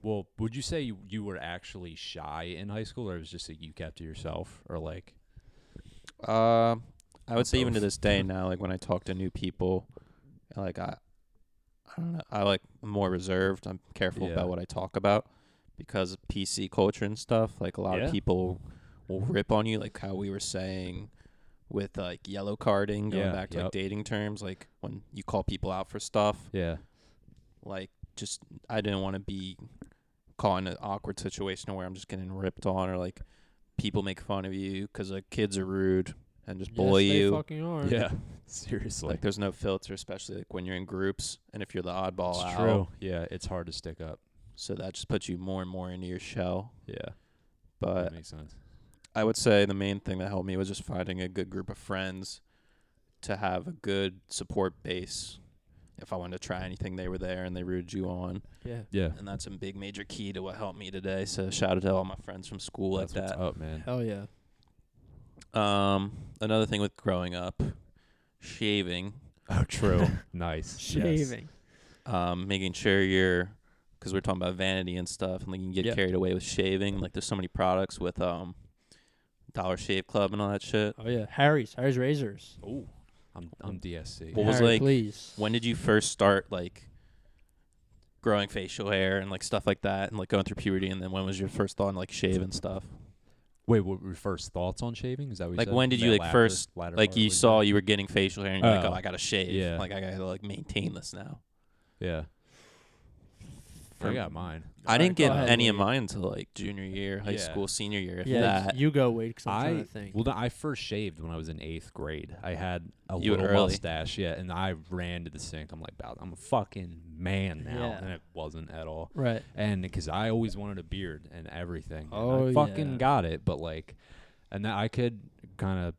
Speaker 1: Well, would you say you, you were actually shy in high school, or it was just that you kept to yourself, or like
Speaker 3: Um, I would say even to
Speaker 1: Uh, both.
Speaker 3: this day now, like when I talk to new people, like I, I don't know, I like I'm more reserved. I'm careful
Speaker 1: Yeah.
Speaker 3: about what I talk about because of PC culture and stuff. Like a lot
Speaker 1: Yeah.
Speaker 3: of people will rip on you, like how we were saying with like yellow carding, going
Speaker 1: Yeah,
Speaker 3: back to
Speaker 1: yep.
Speaker 3: like dating terms, like when you call people out for stuff,
Speaker 1: yeah,
Speaker 3: like just I didn't want to be caught in an awkward situation where I'm just getting ripped on or like people make fun of you because like kids are rude and just bully
Speaker 2: yes,
Speaker 3: you.
Speaker 2: They fucking are.
Speaker 1: yeah, seriously,
Speaker 3: Like there's no filter, especially like when you're in groups and if you're the oddball
Speaker 1: it's
Speaker 3: out.
Speaker 1: true. Yeah, it's hard to stick up.
Speaker 3: So that just puts you more and more into your shell.
Speaker 1: Yeah, that
Speaker 3: But
Speaker 1: makes sense.
Speaker 3: I would say the main thing that helped me was just finding a good group of friends to have a good support base. If I wanted to try anything, they were there and they rooted you on.
Speaker 2: Yeah.
Speaker 1: Yeah,
Speaker 3: and that's a big major key to what helped me today. So shout out to all my friends from school
Speaker 1: that's
Speaker 3: like
Speaker 1: what's up, man.
Speaker 2: Hell yeah.
Speaker 3: that. Um, another thing with growing up, shaving,
Speaker 1: Oh, true. nice. Yes.
Speaker 2: Shaving.
Speaker 3: um, making sure you're, because we're talking about vanity and stuff, and like you can get
Speaker 1: Yeah.
Speaker 3: carried away with shaving. Like there's so many products with um, Dollar Shave Club and all that shit.
Speaker 2: Oh yeah. Harry's. Harry's razors.
Speaker 1: Oh, I'm I'm DSC.
Speaker 3: What was,
Speaker 2: Harry,
Speaker 3: like,
Speaker 2: please.
Speaker 3: When did you first start like growing facial hair and like stuff like that, and like going through puberty? And then when was your first thought on like shave and stuff?
Speaker 1: Wait, what were your first thoughts on shaving? Is that what you
Speaker 3: Like,
Speaker 1: said?
Speaker 3: when did
Speaker 1: That
Speaker 3: you, like,
Speaker 1: latter-
Speaker 3: first,
Speaker 1: latter
Speaker 3: Like
Speaker 1: part
Speaker 3: you
Speaker 1: was
Speaker 3: saw
Speaker 1: that?
Speaker 3: you were getting facial hair, and you're like,
Speaker 1: Oh.
Speaker 3: oh, I gotta shave.
Speaker 1: Yeah.
Speaker 3: Like I gotta like maintain this now.
Speaker 1: Yeah, I
Speaker 3: Um,
Speaker 1: got mine.
Speaker 3: I
Speaker 2: All
Speaker 3: didn't
Speaker 2: right, go
Speaker 3: get
Speaker 2: ahead,
Speaker 3: any of
Speaker 2: Wade.
Speaker 3: mine until like junior year, high
Speaker 1: Yeah.
Speaker 3: school, senior year. If
Speaker 2: Yeah.
Speaker 3: that,
Speaker 2: You go wait. Cause I'm trying
Speaker 1: I-
Speaker 2: to think.
Speaker 1: Well, no, I first shaved when I was in eighth grade. I had a
Speaker 3: You were
Speaker 1: little
Speaker 3: early.
Speaker 1: mustache, yeah, and I ran to the sink. I'm like, "Bow- I'm a fucking man now,
Speaker 2: Yeah.
Speaker 1: and it wasn't at all.
Speaker 2: right.
Speaker 1: And because I always wanted a beard and everything, and I
Speaker 2: Oh,
Speaker 1: fucking
Speaker 2: yeah.
Speaker 1: got it. But like, and that I could kind of.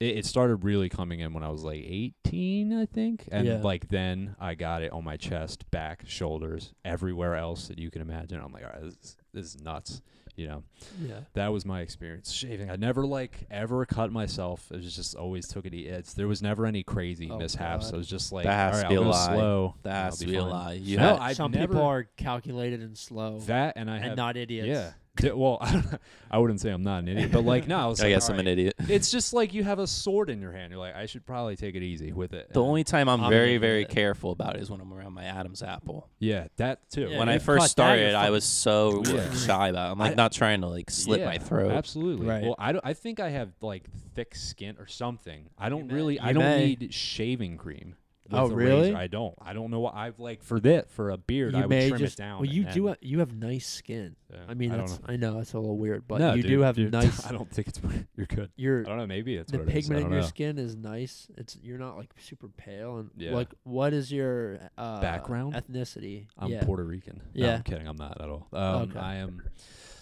Speaker 1: It, it started really coming in when I was like 18, I think, and
Speaker 2: Yeah.
Speaker 1: like then I got it on my chest, back, shoulders, everywhere else that you can imagine. I'm like, all right, this, is- this is nuts, you know
Speaker 2: Yeah.
Speaker 1: that was my experience shaving. I never like ever cut myself. It was just always took it. e- It's there was never any crazy
Speaker 2: Oh,
Speaker 1: mishaps.
Speaker 2: God.
Speaker 1: I was just like,
Speaker 3: That has
Speaker 1: all right,
Speaker 3: to be
Speaker 1: I'll
Speaker 3: a
Speaker 1: go
Speaker 3: lie.
Speaker 1: slow. and I'll
Speaker 3: that's
Speaker 1: be
Speaker 3: real
Speaker 1: fine."
Speaker 3: lie. You
Speaker 1: No,
Speaker 3: had-
Speaker 1: I've
Speaker 2: Some
Speaker 1: never-
Speaker 2: people are calculated and slow
Speaker 1: That and I
Speaker 2: and
Speaker 1: have
Speaker 2: not idiots.
Speaker 1: yeah. D- well, I, don't, I wouldn't say I'm not an idiot, but like no, I was
Speaker 3: I
Speaker 1: like,
Speaker 3: guess
Speaker 1: all
Speaker 3: I'm an
Speaker 1: right.
Speaker 3: idiot.
Speaker 1: It's just like you have a sword in your hand. You're like, I should probably take it easy with it.
Speaker 3: The
Speaker 1: And-
Speaker 3: only time I'm,
Speaker 2: I'm an
Speaker 3: very,
Speaker 2: idiot.
Speaker 3: very careful about it is when I'm around my Adam's apple.
Speaker 1: yeah, that too.
Speaker 2: Yeah,
Speaker 3: when
Speaker 2: you
Speaker 3: I
Speaker 2: cut that,
Speaker 3: first started,
Speaker 2: you're
Speaker 3: I was so
Speaker 1: Yeah.
Speaker 3: like, shy about. It. I'm like
Speaker 1: I-
Speaker 3: not trying to like slit
Speaker 1: Yeah,
Speaker 3: my throat.
Speaker 1: Absolutely.
Speaker 2: Right.
Speaker 1: Well, I, don't, I think I have like thick skin or something. I don't
Speaker 3: may.
Speaker 1: really. I
Speaker 3: You
Speaker 1: don't
Speaker 3: may.
Speaker 1: need shaving cream. with
Speaker 2: Oh,
Speaker 1: a razor.
Speaker 2: really?
Speaker 1: I don't. I don't know what I've like for that for a beard. I would trim it down.
Speaker 2: Well,
Speaker 1: and
Speaker 2: you do.
Speaker 1: then-
Speaker 2: ha- You have nice skin.
Speaker 1: Yeah,
Speaker 2: I mean,
Speaker 1: I don't
Speaker 2: that's,
Speaker 1: know.
Speaker 2: I, know it's a little weird, but
Speaker 1: No,
Speaker 2: you
Speaker 1: dude,
Speaker 2: do have
Speaker 1: dude,
Speaker 2: nice.
Speaker 1: I don't think it's. You're good. I
Speaker 2: Your
Speaker 1: don't know. Maybe it's
Speaker 2: the
Speaker 1: what it is. I
Speaker 2: pigment in
Speaker 1: don't
Speaker 2: your
Speaker 1: know.
Speaker 2: skin is nice. It's you're not like super pale and
Speaker 1: Yeah.
Speaker 2: like what is your uh,
Speaker 1: Background?
Speaker 2: ethnicity?
Speaker 1: I'm
Speaker 2: yeah,
Speaker 1: Puerto Rican. No,
Speaker 2: Yeah.
Speaker 1: I'm kidding. I'm not at all. Um,
Speaker 2: Okay.
Speaker 1: I am.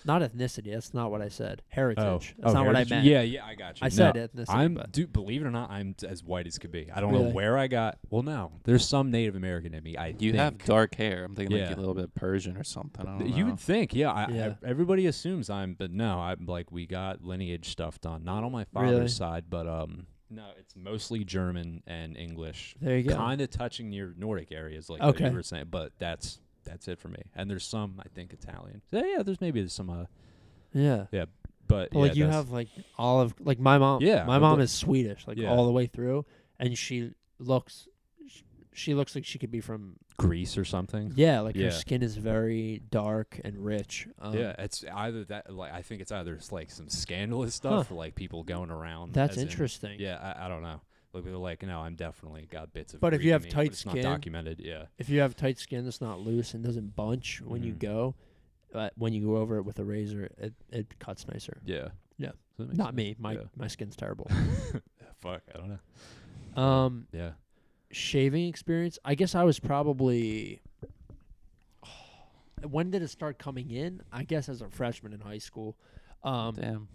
Speaker 2: not ethnicity. That's not what I said. Heritage.
Speaker 1: Oh,
Speaker 2: that's
Speaker 1: oh,
Speaker 2: not what I
Speaker 1: heritage-
Speaker 2: meant.
Speaker 1: Yeah, yeah, I got you.
Speaker 2: I
Speaker 1: No,
Speaker 2: said ethnicity.
Speaker 1: I'm,
Speaker 2: but
Speaker 1: dude, believe it or not, I'm t- as white as could be. I don't know
Speaker 2: Really?
Speaker 1: where I got. Well, no, there's some Native American in me. I
Speaker 3: You
Speaker 1: think.
Speaker 3: have dark hair. I'm thinking
Speaker 1: Yeah.
Speaker 3: like a little bit Persian or something. I don't
Speaker 1: You
Speaker 3: know.
Speaker 1: would think, yeah, I,
Speaker 2: Yeah.
Speaker 1: I, everybody assumes I'm, but no, I'm like we got lineage stuff done. Not on my father's
Speaker 2: Really?
Speaker 1: side, but um, no, it's mostly German and English,
Speaker 2: there you go.
Speaker 1: kind of touching near Nordic areas, like
Speaker 2: Okay.
Speaker 1: you were saying. But that's that's it for me. And there's some, I think, Italian. So, yeah, there's maybe there's some, uh,
Speaker 2: yeah.
Speaker 1: but
Speaker 2: But, like
Speaker 1: yeah,
Speaker 2: you
Speaker 1: that's-
Speaker 2: have like olive like my mom
Speaker 1: Yeah,
Speaker 2: my
Speaker 1: but
Speaker 2: mom
Speaker 1: the-
Speaker 2: is swedish like
Speaker 1: Yeah.
Speaker 2: all the way through and she looks sh- she looks like she could be from
Speaker 1: Greece or something.
Speaker 2: yeah like
Speaker 1: Yeah.
Speaker 2: her skin is very dark and rich um,
Speaker 1: yeah, it's either that. Like I think it's either it's like some scandalous stuff
Speaker 2: Huh.
Speaker 1: or like people going around.
Speaker 2: that's
Speaker 1: as in-
Speaker 2: interesting
Speaker 1: yeah, I, I don't know. Like they're like, no, I'm definitely got bits of.
Speaker 2: But if
Speaker 1: Greek
Speaker 2: you
Speaker 1: in
Speaker 2: have
Speaker 1: me,
Speaker 2: tight
Speaker 1: it's
Speaker 2: skin-
Speaker 1: not documented. Yeah.
Speaker 2: if you have tight skin that's not loose and doesn't bunch when you
Speaker 1: Mhm.
Speaker 2: go uh, when you go over it with a razor it, it cuts nicer
Speaker 1: Yeah.
Speaker 2: Yeah.
Speaker 1: Does that make
Speaker 2: not
Speaker 1: sense?
Speaker 2: me my
Speaker 1: Yeah.
Speaker 2: my skin's terrible
Speaker 1: Fuck. I don't know.
Speaker 2: um
Speaker 1: Yeah.
Speaker 2: shaving experience i guess i was probably when did it start coming in? I guess as a freshman in high school. Um,
Speaker 3: Damn.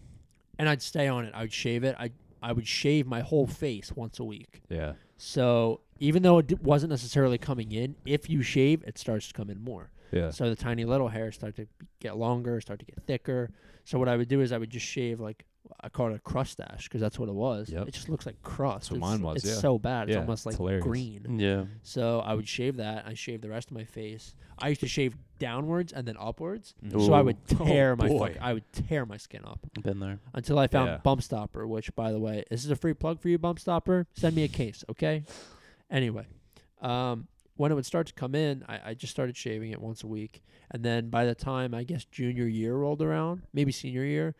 Speaker 2: and I'd stay on it. I'd shave it. I I would shave my whole face once a week.
Speaker 1: Yeah.
Speaker 2: So even though it d- wasn't necessarily coming in, if you shave, it starts to come in more.
Speaker 1: Yeah.
Speaker 2: So the tiny little hairs start to b- get longer, start to get thicker. So what I would do is I would just shave like I call it a crustache because that's what it was.
Speaker 1: Yep.
Speaker 2: It just looks like crust.
Speaker 1: That's what mine
Speaker 2: it's,
Speaker 1: was,
Speaker 2: It's
Speaker 1: yeah.
Speaker 2: so bad. It's
Speaker 1: Yeah,
Speaker 2: almost
Speaker 1: it's
Speaker 2: like
Speaker 1: hilarious.
Speaker 2: green.
Speaker 3: Yeah.
Speaker 2: So I would shave that. I shaved the rest of my face. I used to shave downwards and then upwards.
Speaker 1: Mm.
Speaker 2: So I
Speaker 3: Ooh.
Speaker 2: would
Speaker 1: Oh,
Speaker 2: tear my
Speaker 1: boy.
Speaker 2: fuck- I would tear my skin up
Speaker 3: Been there.
Speaker 2: until I found
Speaker 1: Yeah.
Speaker 2: Bump Stopper, which by the way, this is a free plug for you, Bump Stopper. Send me a case, okay? Anyway, um, when it would start to come in, I, I just started shaving it once a week, and then by the time I guess junior year rolled around, maybe senior year,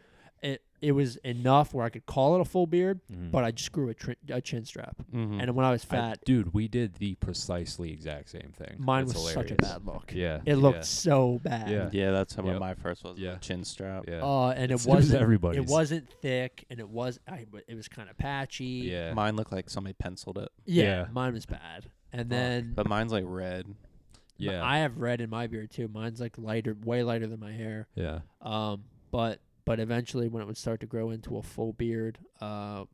Speaker 2: it it was enough where I could call it a full beard,
Speaker 1: Mhm.
Speaker 2: but I just grew a, tr- a chin strap.
Speaker 3: Mm-hmm.
Speaker 2: And when I was
Speaker 1: Mm. I-
Speaker 2: fat,
Speaker 1: dude, we did the precisely exact same thing.
Speaker 2: mine
Speaker 1: It's
Speaker 2: was such a
Speaker 1: hilarious.
Speaker 2: bad look.
Speaker 1: Yeah.
Speaker 2: It looked
Speaker 1: yeah,
Speaker 2: so bad.
Speaker 1: Yeah.
Speaker 3: yeah, that's how
Speaker 1: Yep.
Speaker 3: my first was.
Speaker 1: Yeah.
Speaker 3: Yeah. Chin strap.
Speaker 1: Yeah.
Speaker 2: Uh, and it
Speaker 1: It was
Speaker 2: wasn't.
Speaker 1: everybody's.
Speaker 2: It wasn't thick, and it was. I, it was kind of patchy.
Speaker 1: Yeah.
Speaker 3: Mine looked like somebody penciled it.
Speaker 2: Yeah,
Speaker 1: Yeah.
Speaker 2: mine was bad. And
Speaker 3: Fuck.
Speaker 2: then
Speaker 3: But mine's like red.
Speaker 2: m-
Speaker 1: yeah.
Speaker 2: I have red in my beard too. Mine's like lighter, way lighter than my hair.
Speaker 1: yeah.
Speaker 2: Um, but but eventually when it would start to grow into a full beard, uh,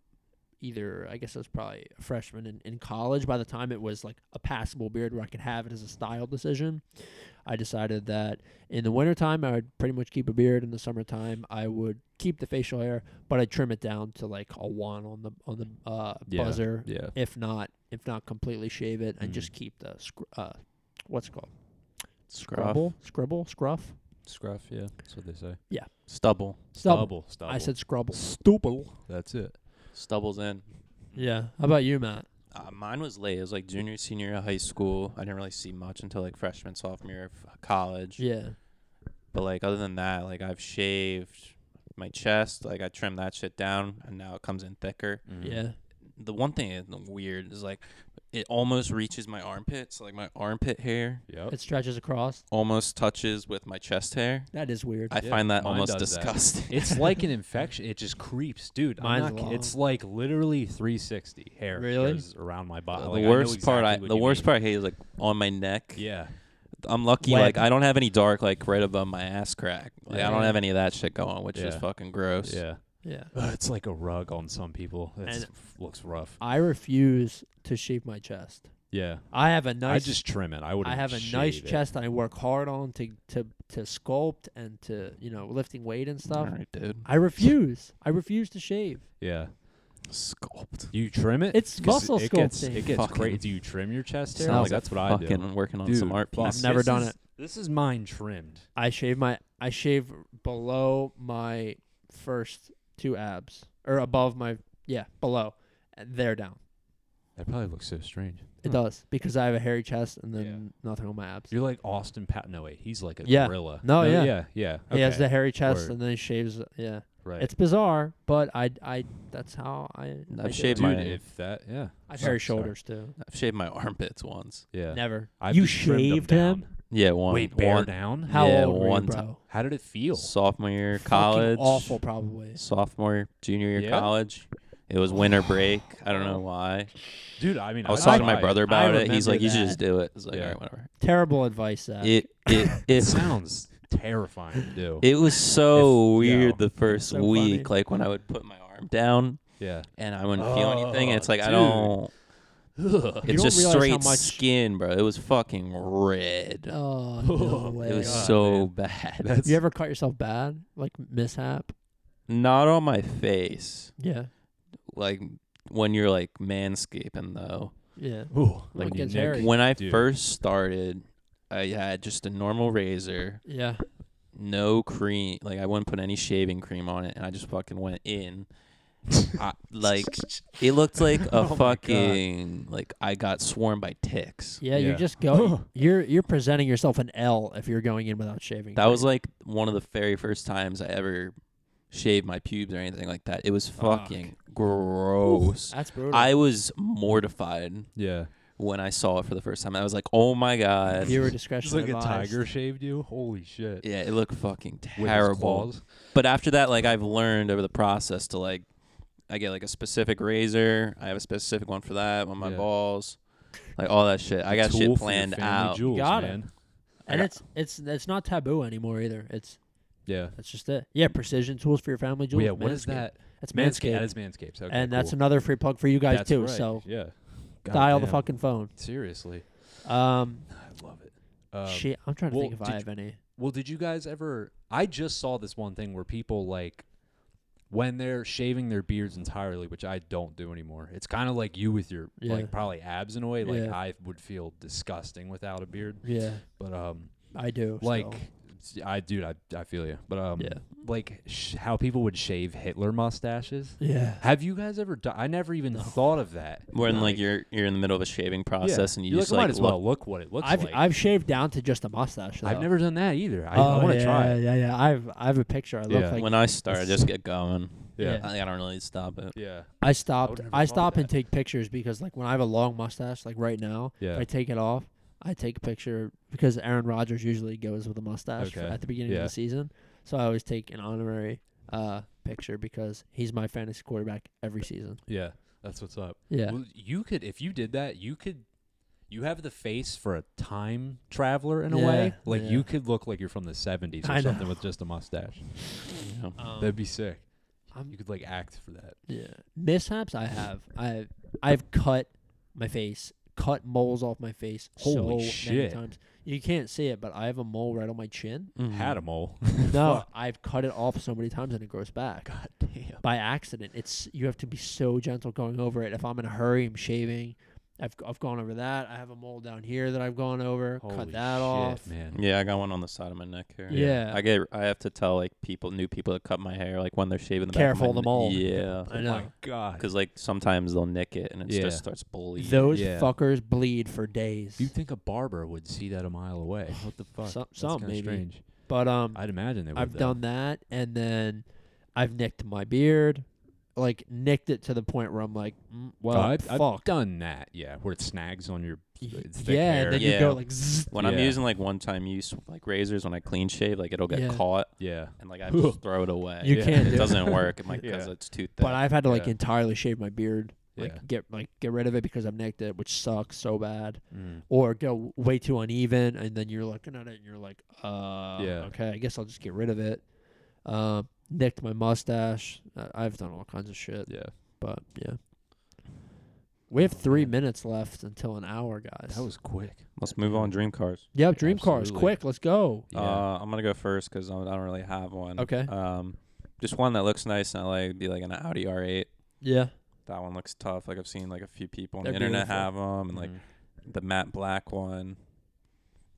Speaker 2: either I guess I was probably a freshman in, in college. By the time it was like a passable beard where I could have it as a style decision, I decided that in the wintertime I would pretty much keep a beard. In the summertime I would keep the facial hair, but I'd trim it down to like a one on the on the uh,
Speaker 1: Yeah.
Speaker 2: buzzer
Speaker 1: Yeah.
Speaker 2: if not if not completely shave it and
Speaker 1: Mhm.
Speaker 2: just keep the scr- uh what's it called
Speaker 3: Scruff.
Speaker 2: scribble scruff
Speaker 1: Scruff. Yeah. That's what they say.
Speaker 3: Stubble.
Speaker 2: stubble.
Speaker 1: Stubble. Stubble.
Speaker 2: I said scrubble.
Speaker 1: stubble. That's it.
Speaker 3: Stubble's in.
Speaker 2: Yeah. How about you, Matt?
Speaker 3: Uh, mine was late. It was like junior, senior year of high school. I didn't really see much until like freshman, sophomore year of college.
Speaker 2: Yeah.
Speaker 3: But like other than that, like I've shaved my chest. Like I trimmed that shit down, and now it comes in thicker.
Speaker 1: Mm. Mm-hmm.
Speaker 2: Yeah.
Speaker 3: The one thing that's weird is like it almost reaches my armpit. So like my armpit hair
Speaker 1: Yep.
Speaker 2: It stretches across.
Speaker 3: almost touches with my chest hair.
Speaker 2: That is weird.
Speaker 3: I
Speaker 1: Yeah,
Speaker 3: find that
Speaker 1: mine
Speaker 3: almost
Speaker 1: does that.
Speaker 3: disgusting.
Speaker 1: It's like an infection. It just creeps, dude. I'm
Speaker 2: Mine's
Speaker 1: not ki-
Speaker 2: long.
Speaker 1: It's like literally 360 hair
Speaker 2: Really?
Speaker 1: goes around my body.
Speaker 3: the
Speaker 1: Like, I know
Speaker 3: worst part, I
Speaker 1: exactly what
Speaker 3: the
Speaker 1: you
Speaker 3: worst
Speaker 1: mean.
Speaker 3: part I hate is like on my neck.
Speaker 1: Yeah.
Speaker 3: I'm lucky,
Speaker 2: Web.
Speaker 3: like I don't have any dark, like right above my ass crack. Like I don't
Speaker 2: Yeah.
Speaker 3: have any of that shit going, which is
Speaker 1: Yeah.
Speaker 3: fucking gross.
Speaker 1: Yeah.
Speaker 2: yeah.
Speaker 1: Ugh, it's like a rug on some people. It
Speaker 2: And-
Speaker 1: looks rough.
Speaker 2: I refuse to shave my chest.
Speaker 1: Yeah.
Speaker 2: I have a
Speaker 1: I
Speaker 2: nice
Speaker 1: just trim it. I would.
Speaker 2: I have a nice
Speaker 1: shave it.
Speaker 2: chest I work hard on to to to sculpt and to, you know, lifting weight and
Speaker 3: All
Speaker 2: stuff.
Speaker 3: right, dude.
Speaker 2: I refuse. I refuse to shave.
Speaker 1: Yeah.
Speaker 3: Sculpt.
Speaker 1: You trim it.
Speaker 2: It's
Speaker 1: 'Cause
Speaker 2: muscle
Speaker 1: it gets,
Speaker 2: sculpting.
Speaker 1: It gets
Speaker 3: Fucking-
Speaker 1: crazy. Do you trim your chest hair?
Speaker 3: Sounds
Speaker 1: Like,
Speaker 3: like a
Speaker 1: that's what I do.
Speaker 3: Fucking working on some
Speaker 1: Dude,
Speaker 3: art
Speaker 1: plus
Speaker 3: pieces.
Speaker 2: never
Speaker 1: this
Speaker 2: done
Speaker 1: is-
Speaker 2: it.
Speaker 1: This is mine trimmed.
Speaker 2: I shave my I shave below my first two abs or above my yeah below. And They're down.
Speaker 1: That probably looks so strange.
Speaker 2: It
Speaker 3: Hmm.
Speaker 2: does because I have a hairy chest and then
Speaker 1: Yeah.
Speaker 2: nothing on my abs.
Speaker 1: You're like Austin Pat. No wait, he's like a
Speaker 2: Yeah.
Speaker 1: gorilla.
Speaker 2: No, yeah.
Speaker 1: yeah, yeah.
Speaker 2: He has
Speaker 1: okay,
Speaker 2: the hairy chest
Speaker 1: Word.
Speaker 2: and then he shaves. Yeah,
Speaker 1: right.
Speaker 2: it's bizarre, but I I that's how I. I do
Speaker 3: I've shaved
Speaker 2: it.
Speaker 1: Dude,
Speaker 3: my
Speaker 1: if that, yeah.
Speaker 2: I have
Speaker 1: Sorry, sorry.
Speaker 2: hairy shoulders too.
Speaker 3: I've shaved my armpits once.
Speaker 1: Yeah.
Speaker 2: Never.
Speaker 1: I've
Speaker 2: you
Speaker 1: just trimmed them
Speaker 2: shaved him?
Speaker 1: down.
Speaker 3: Yeah, one.
Speaker 1: Wait, bare
Speaker 3: one
Speaker 1: down?
Speaker 2: How
Speaker 3: Yeah,
Speaker 2: old were you,
Speaker 3: one
Speaker 2: bro?
Speaker 3: time.
Speaker 1: How did it feel?
Speaker 3: sophomore year
Speaker 2: Fucking
Speaker 3: college.
Speaker 2: Awful, probably.
Speaker 3: Sophomore, junior year
Speaker 1: Yeah?
Speaker 3: college. It was winter break. I don't know why.
Speaker 1: Dude, I mean,
Speaker 3: I was
Speaker 1: I'd
Speaker 3: talking to
Speaker 1: try
Speaker 3: my
Speaker 1: it.
Speaker 3: brother about it. He's
Speaker 2: remember
Speaker 3: like, "You
Speaker 2: that.
Speaker 3: should just do it." It's like,
Speaker 1: Yeah.
Speaker 3: "All right, whatever."
Speaker 2: Terrible advice, Zach.
Speaker 3: It it
Speaker 1: It
Speaker 3: it
Speaker 1: sounds terrifying to do.
Speaker 3: It was so
Speaker 1: If- yeah.
Speaker 3: weird the first
Speaker 2: So
Speaker 3: week,
Speaker 2: funny.
Speaker 3: like when I would put my arm down
Speaker 1: yeah.
Speaker 3: and I wouldn't feel anything.
Speaker 1: Oh,
Speaker 3: It's like I
Speaker 1: dude.
Speaker 3: don't.
Speaker 1: Ugh.
Speaker 3: It's
Speaker 2: don't
Speaker 3: just
Speaker 2: realize how
Speaker 3: straight
Speaker 2: much-
Speaker 3: skin, bro. It was fucking red.
Speaker 2: oh no
Speaker 1: It
Speaker 2: way.
Speaker 3: it was
Speaker 1: God,
Speaker 3: so
Speaker 1: man.
Speaker 3: bad.
Speaker 1: That's
Speaker 2: you ever cut yourself bad, like mishap?
Speaker 3: Not on my face,
Speaker 2: Yeah,
Speaker 3: like when you're like manscaping though.
Speaker 2: yeah.
Speaker 1: Ooh,
Speaker 2: Like
Speaker 1: when you
Speaker 2: it's
Speaker 1: nick-
Speaker 2: hairy.
Speaker 3: When I
Speaker 1: Dude.
Speaker 3: first started, I had just a normal razor,
Speaker 2: Yeah.
Speaker 3: no cream. Like I wouldn't put any shaving cream on it, and I just fucking went in. I, like it looked like a
Speaker 1: Oh my God.
Speaker 3: fucking like I got swarmed by ticks.
Speaker 2: Yeah,
Speaker 1: Yeah.
Speaker 2: you just go. you're you're presenting yourself an L if you're going in without shaving.
Speaker 3: That was like one of the very first times I ever shaved my pubes or anything like that. It was
Speaker 2: Fuck.
Speaker 3: fucking gross.
Speaker 2: That's brutal.
Speaker 3: I was mortified
Speaker 1: Yeah.
Speaker 3: when I saw it for the first time. I was like, "Oh my god!"
Speaker 2: Viewer discretion
Speaker 1: Just like a
Speaker 2: advised.
Speaker 1: tiger shaved you? Holy shit.
Speaker 3: Yeah, it looked fucking
Speaker 1: With his
Speaker 3: terrible.
Speaker 1: claws.
Speaker 3: But after that, like I've learned over the process to like, I get like a specific razor. I have a specific one for that on my
Speaker 1: Yeah.
Speaker 3: balls, like all that shit. I got
Speaker 1: Tool
Speaker 3: shit
Speaker 1: for your
Speaker 3: planned
Speaker 1: family
Speaker 3: out.
Speaker 1: Jewels,
Speaker 2: Got it.
Speaker 1: man.
Speaker 2: and
Speaker 3: got-
Speaker 2: it's it's it's not taboo anymore either. It's
Speaker 1: Yeah.
Speaker 2: that's just it. Yeah, precision tools for your family jewels.
Speaker 1: yeah. What is
Speaker 2: Manscaped.
Speaker 1: that?
Speaker 2: That's
Speaker 1: Manscaped.
Speaker 2: Manscaped,
Speaker 1: That is Manscaped. Okay,
Speaker 2: and that's
Speaker 1: cool.
Speaker 2: another free plug for you guys
Speaker 1: That's
Speaker 2: too.
Speaker 1: right,
Speaker 2: So
Speaker 1: yeah. God
Speaker 2: dial the
Speaker 1: damn.
Speaker 2: fucking phone.
Speaker 1: Seriously,
Speaker 2: Um,
Speaker 1: I love it. Um,
Speaker 2: shit, I'm trying to
Speaker 1: well,
Speaker 2: think if
Speaker 1: did
Speaker 2: I have any.
Speaker 1: Well, did you guys ever? I just saw this one thing where people like when they're shaving their beards entirely, which I don't do anymore. It's kind of like you with your
Speaker 2: Yeah.
Speaker 1: like probably abs in a way. Like
Speaker 2: Yeah.
Speaker 1: I would feel disgusting without a beard,
Speaker 2: Yeah,
Speaker 1: but um,
Speaker 2: I do.
Speaker 1: like
Speaker 2: still.
Speaker 1: s- I dude, I I feel you. But um,
Speaker 2: Yeah.
Speaker 1: like sh- how people would shave Hitler mustaches.
Speaker 2: yeah,
Speaker 1: Have you guys ever? Do- I never even thought of that.
Speaker 3: When like you're you're in the middle of a shaving
Speaker 1: Yeah.
Speaker 3: process and you
Speaker 1: You're
Speaker 3: just
Speaker 1: like,
Speaker 3: like
Speaker 1: might as well look what it looks
Speaker 2: I've
Speaker 1: like.
Speaker 2: I've shaved down to just a mustache. Though.
Speaker 1: I've never done that either. I,
Speaker 2: oh,
Speaker 1: I want to
Speaker 2: yeah,
Speaker 1: try. it.
Speaker 2: Yeah, yeah. I've I have a picture. I look
Speaker 1: Yeah.
Speaker 2: like
Speaker 3: when I start, I
Speaker 2: it's-
Speaker 3: just get going.
Speaker 2: Yeah.
Speaker 3: I, I don't really stop it.
Speaker 1: Yeah.
Speaker 2: I stopped.
Speaker 1: never
Speaker 2: I,
Speaker 1: thought of
Speaker 2: stop and
Speaker 1: that.
Speaker 2: take pictures because like when I have a long mustache, like right now,
Speaker 1: Yeah.
Speaker 2: if I take it off. I take a picture because Aaron Rodgers usually goes with a mustache for-
Speaker 1: Okay.
Speaker 2: at the beginning
Speaker 1: Yeah.
Speaker 2: of the season, so I always take an honorary uh, picture because he's my fantasy quarterback every season.
Speaker 1: Yeah. That's what's up.
Speaker 2: Yeah,
Speaker 1: Well, you could if you did that, you could you have the face for a time traveler in a way.
Speaker 2: Yeah,
Speaker 1: Like
Speaker 2: yeah.
Speaker 1: you could look like you're from the 70s
Speaker 2: I
Speaker 1: or
Speaker 2: know.
Speaker 1: something with just a mustache.
Speaker 3: You know?
Speaker 1: That'd be sick.
Speaker 2: I'm-
Speaker 1: You could like act for that.
Speaker 2: Yeah. Mishaps I have. I I've cut my face, cut moles off my face
Speaker 1: Holy
Speaker 2: so many
Speaker 1: shit.
Speaker 2: times. You can't see it, but I have a mole right on my chin.
Speaker 3: Mm-hmm.
Speaker 1: Had a mole.
Speaker 2: No, I've cut it off so many times and it grows back.
Speaker 1: God damn.
Speaker 2: By accident. It's you have to be so gentle going over it. If I'm in a hurry, I'm shaving. I've I've gone over that. I have a mole down here that I've gone over.
Speaker 1: Holy
Speaker 2: cut that
Speaker 1: shit,
Speaker 2: off.
Speaker 1: man.
Speaker 3: Yeah, I got one on the side of my neck here.
Speaker 2: Yeah.
Speaker 3: I get. I have to tell like people, new people that cut my hair, like when they're shaving the
Speaker 2: Careful
Speaker 3: back of
Speaker 2: the
Speaker 3: my
Speaker 2: mole.
Speaker 3: neck. Yeah,
Speaker 1: oh
Speaker 2: I
Speaker 1: my
Speaker 2: know.
Speaker 1: god.
Speaker 3: because like sometimes they'll nick it and it
Speaker 1: Yeah.
Speaker 3: just starts bleeding.
Speaker 2: Those
Speaker 1: Yeah.
Speaker 2: fuckers bleed for days.
Speaker 1: You'd think a barber would see that a mile away. What the fuck?
Speaker 2: Some-
Speaker 1: That's
Speaker 2: some
Speaker 1: kinda
Speaker 2: maybe.
Speaker 1: strange.
Speaker 2: But um
Speaker 1: I'd imagine they would.
Speaker 2: I've
Speaker 1: though.
Speaker 2: done that, and then I've nicked my beard, like nicked it to the point where I'm like, mm, well,
Speaker 1: Oh, I've, I've
Speaker 2: fuck.
Speaker 1: done that. Yeah, where it snags on your
Speaker 2: Y-
Speaker 1: thick
Speaker 2: yeah,
Speaker 1: hair.
Speaker 2: and then you
Speaker 3: Yeah.
Speaker 2: go like, zzz,
Speaker 3: when I'm
Speaker 1: Yeah.
Speaker 3: using like one-time use like razors, when I clean shave, like it'll get
Speaker 2: Yeah.
Speaker 3: caught
Speaker 1: yeah.
Speaker 3: and like I just throw it away.
Speaker 2: you
Speaker 1: Uh, Yeah.
Speaker 2: can't.
Speaker 3: It
Speaker 2: do
Speaker 3: doesn't work. I'm like
Speaker 1: Yeah.
Speaker 3: because it's too thick.
Speaker 2: But I've had to like
Speaker 1: Yeah.
Speaker 2: entirely shave my beard,
Speaker 1: Yeah.
Speaker 2: like get like get rid of it because I've nicked it, which sucks so bad.
Speaker 1: Mm.
Speaker 2: Or go way too uneven, and then you're looking at it and you're like, uh,
Speaker 1: Yeah.
Speaker 2: okay, I guess I'll just get rid of it. Um, nicked my mustache. I- I've done all kinds of shit.
Speaker 1: Yeah.
Speaker 2: But yeah. We have three minutes left until an hour, guys.
Speaker 1: That was quick.
Speaker 3: Let's move on. Dream cars.
Speaker 2: yep, dream cars.
Speaker 1: Absolutely.
Speaker 2: Quick, let's go.
Speaker 1: Yeah.
Speaker 3: Uh, I'm gonna go first because I don't really have
Speaker 1: Mm-hmm.
Speaker 3: one.
Speaker 2: Okay.
Speaker 1: Uh,
Speaker 3: Um, just one that looks nice and I like be like an Audi R8.
Speaker 2: Yeah.
Speaker 3: That one looks tough. Like I've seen like a few people on
Speaker 2: They're
Speaker 3: the internet
Speaker 2: beautiful. Mm-hmm.
Speaker 3: have 'em have them, and like
Speaker 1: Mhm.
Speaker 3: the matte black one.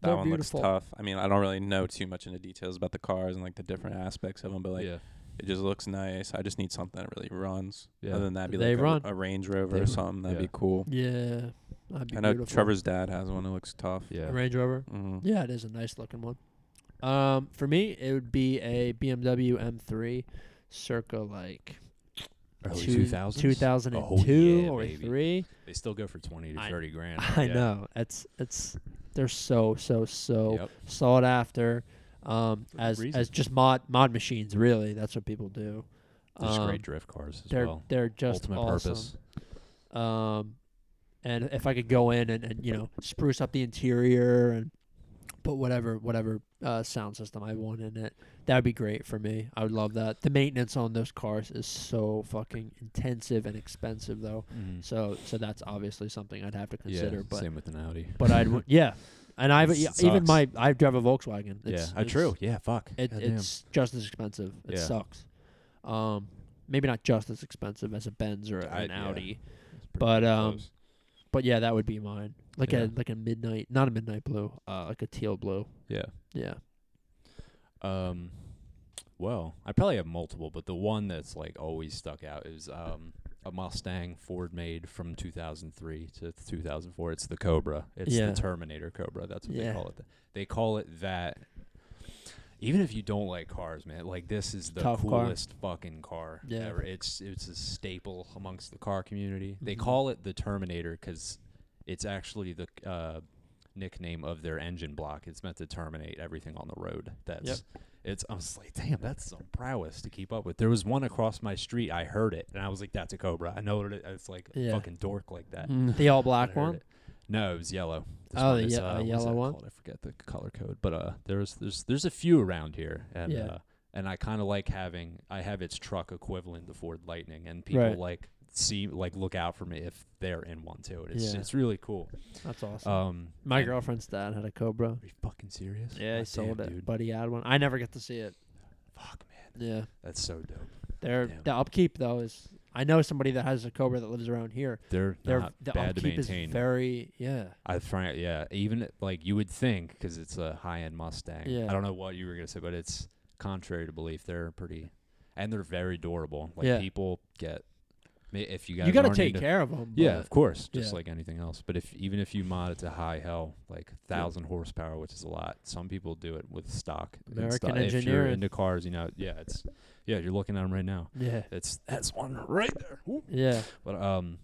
Speaker 3: That
Speaker 2: They're
Speaker 3: one
Speaker 2: beautiful.
Speaker 3: looks tough. I mean, I don't really know too much into details about the cars and like the different aspects of them, but like
Speaker 1: yeah.
Speaker 3: it just looks nice. I just need something that really runs.
Speaker 1: Yeah.
Speaker 3: Other than that, be
Speaker 2: They
Speaker 3: like a-
Speaker 2: run.
Speaker 3: A, Range Rover
Speaker 1: They
Speaker 3: or
Speaker 1: run.
Speaker 3: something. That'd
Speaker 1: Yeah.
Speaker 3: be cool.
Speaker 2: Yeah. That'd be
Speaker 3: I know
Speaker 2: beautiful.
Speaker 3: Trevor's dad has one. that looks tough.
Speaker 1: Yeah.
Speaker 2: A Range Rover.
Speaker 3: hmm
Speaker 2: Yeah, it is a nice looking one. Um, for me, it would be a BMW M3, circa like
Speaker 1: Early
Speaker 2: two-
Speaker 1: 2000s?
Speaker 2: 2002
Speaker 1: yeah,
Speaker 2: or
Speaker 1: baby.
Speaker 2: three.
Speaker 1: They still go for 20 to
Speaker 2: I-
Speaker 1: 30 grand.
Speaker 2: I
Speaker 1: Yeah.
Speaker 2: know it's it's they're so so so
Speaker 1: Yep.
Speaker 2: sought after um,
Speaker 1: For good
Speaker 2: as
Speaker 1: reason.
Speaker 2: as just mod mod machines. Really, that's what people do.
Speaker 1: They're just
Speaker 2: Um,
Speaker 1: great drift cars as
Speaker 2: they're
Speaker 1: well.
Speaker 2: they're just
Speaker 1: Ultimate
Speaker 2: awesome.
Speaker 1: purpose.
Speaker 2: Um, and if I could go in and, and you know spruce up the interior and put whatever whatever uh, sound system I want in it, that would be great for me. I would love that. The maintenance on those cars is so fucking intensive and expensive though.
Speaker 1: Mhm.
Speaker 2: So so that's obviously something I'd have to consider.
Speaker 1: yeah,
Speaker 2: but
Speaker 1: same with an Audi.
Speaker 2: but I'd w- yeah, and I've
Speaker 1: It
Speaker 2: yeah,
Speaker 1: sucks.
Speaker 2: even my I drive a Volkswagen. It's,
Speaker 1: yeah, uh,
Speaker 2: it's-
Speaker 1: true. Yeah, fuck.
Speaker 2: It,
Speaker 1: Goddamn.
Speaker 2: it's just as expensive. It
Speaker 1: Yeah.
Speaker 2: sucks. Um, maybe not just as expensive as a Benz or
Speaker 1: I-
Speaker 2: an
Speaker 1: yeah.
Speaker 2: Audi.
Speaker 1: It's pretty
Speaker 2: but,
Speaker 1: damn
Speaker 2: um,
Speaker 1: close.
Speaker 2: But yeah, that would be mine. Like
Speaker 1: Yeah.
Speaker 2: a like a midnight, not a midnight blue, uh, like a teal blue.
Speaker 1: yeah.
Speaker 2: Yeah.
Speaker 1: Um, well, I probably have multiple, but the one that's like always stuck out is um a Mustang Ford made from 2003 to 2004. It's the Cobra. It's
Speaker 2: Yeah.
Speaker 1: the Terminator Cobra. That's what
Speaker 2: Yeah.
Speaker 1: they call it. They call it that. Even if you don't like cars, man, like this is the
Speaker 2: Tough car.
Speaker 1: coolest fucking car
Speaker 2: Yeah.
Speaker 1: ever. It's it's a staple amongst the car community. They
Speaker 2: Mhm.
Speaker 1: call it the Terminator because it's actually the uh, nickname of their engine block. It's meant to terminate everything on the road. That's it's. I was like, damn, that's some prowess to keep up with. There was one across my street. I heard it, and I was like, that's a cobra. I know what it is. It's like a
Speaker 2: Yeah.
Speaker 1: fucking dork like that.
Speaker 2: The all black
Speaker 1: I heard
Speaker 2: one.
Speaker 1: it. No, it was yellow.
Speaker 2: Oh,
Speaker 1: one
Speaker 2: the
Speaker 1: is, uh,
Speaker 2: ye- a
Speaker 1: what is
Speaker 2: yellow
Speaker 1: that
Speaker 2: one?
Speaker 1: called? I forget the color code, but uh, there's there's there's a few around here, and
Speaker 2: Yeah.
Speaker 1: uh, and I kind of like having I have its truck equivalent, the Ford Lightning, and people
Speaker 2: Right.
Speaker 1: like see like look out for me if they're in one too. It's
Speaker 2: Yeah.
Speaker 1: it's really cool.
Speaker 2: That's awesome.
Speaker 1: Um,
Speaker 2: My
Speaker 1: and-
Speaker 2: girlfriend's dad had a Cobra.
Speaker 1: Are you fucking serious?
Speaker 2: Yeah, he
Speaker 1: God
Speaker 2: sold
Speaker 1: damn,
Speaker 2: it.
Speaker 1: dude.
Speaker 2: Buddy had one. I never get to see it.
Speaker 1: Fuck, man,
Speaker 2: Yeah,
Speaker 1: that's so dope.
Speaker 2: they're
Speaker 1: Damn.
Speaker 2: the upkeep though is. I know somebody that has a Cobra that lives around here.
Speaker 1: They're,
Speaker 2: They're
Speaker 1: not
Speaker 2: the
Speaker 1: bad to
Speaker 2: upkeep is
Speaker 1: maintain.
Speaker 2: very yeah.
Speaker 1: I find, yeah, even it- like you would think because it's a high-end Mustang.
Speaker 2: Yeah.
Speaker 1: I don't know what you were gonna say, but it's contrary to belief. They're pretty, and they're very durable. Like
Speaker 2: Yeah.
Speaker 1: people get, ma- if you guys
Speaker 2: You got to
Speaker 1: aren't
Speaker 2: take
Speaker 1: into-
Speaker 2: care of them.
Speaker 1: Yeah, of course, just
Speaker 2: yeah.
Speaker 1: like anything else. But if even if you mod it to high hell, like thousand horsepower, which is a lot, some people do it with stock. and
Speaker 2: American
Speaker 1: stu- If you're
Speaker 2: engineering.
Speaker 1: into cars, you know, yeah, it's yeah, you're looking at them right now.
Speaker 2: Yeah.
Speaker 1: It's that's one right there. Woo.
Speaker 2: Yeah.
Speaker 1: But um,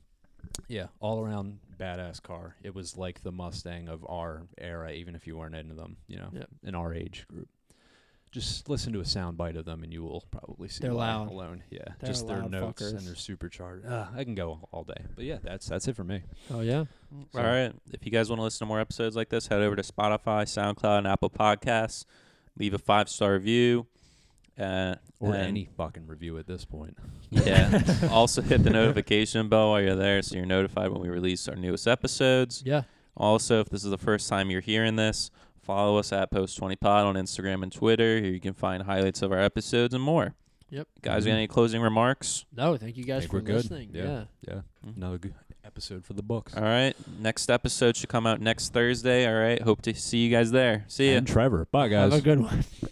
Speaker 1: yeah, all around badass car. It was like the Mustang of our era, even if you weren't into them, you know,
Speaker 2: Yep.
Speaker 1: in our age group. Just listen to a soundbite of them, and you will probably see
Speaker 2: They're
Speaker 1: why
Speaker 2: loud.
Speaker 1: alone. Yeah,
Speaker 2: They're
Speaker 1: just their
Speaker 2: loud
Speaker 1: notes
Speaker 2: fuckers.
Speaker 1: and their supercharged. Uh, I can go all day, but yeah, that's that's it for me.
Speaker 2: Oh yeah.
Speaker 1: So-
Speaker 3: All right. If you guys want to listen to more episodes like this, head over to Spotify, SoundCloud, and Apple Podcasts. Leave a five star review. Uh,
Speaker 1: Or
Speaker 3: and-
Speaker 1: any fucking review at this point.
Speaker 3: Yeah. also, hit the notification bell while you're there so you're notified when we release our newest episodes.
Speaker 2: Yeah.
Speaker 3: Also, if this is the first time you're hearing this, follow us at Post20Pod on Instagram and Twitter. Here you can find highlights of our episodes and more.
Speaker 2: Yep.
Speaker 3: Guys,
Speaker 1: Mhm.
Speaker 3: got any closing remarks?
Speaker 2: No, thank you guys
Speaker 1: Think
Speaker 2: for
Speaker 1: we're good.
Speaker 2: listening.
Speaker 1: Yeah.
Speaker 2: yeah.
Speaker 1: Yeah,
Speaker 3: Mhm.
Speaker 1: another good episode for the books.
Speaker 3: All right. Next episode should come out next Thursday. All right. Hope to see you guys there. See ya.
Speaker 1: And Trevor, bye guys.
Speaker 2: Have a good one.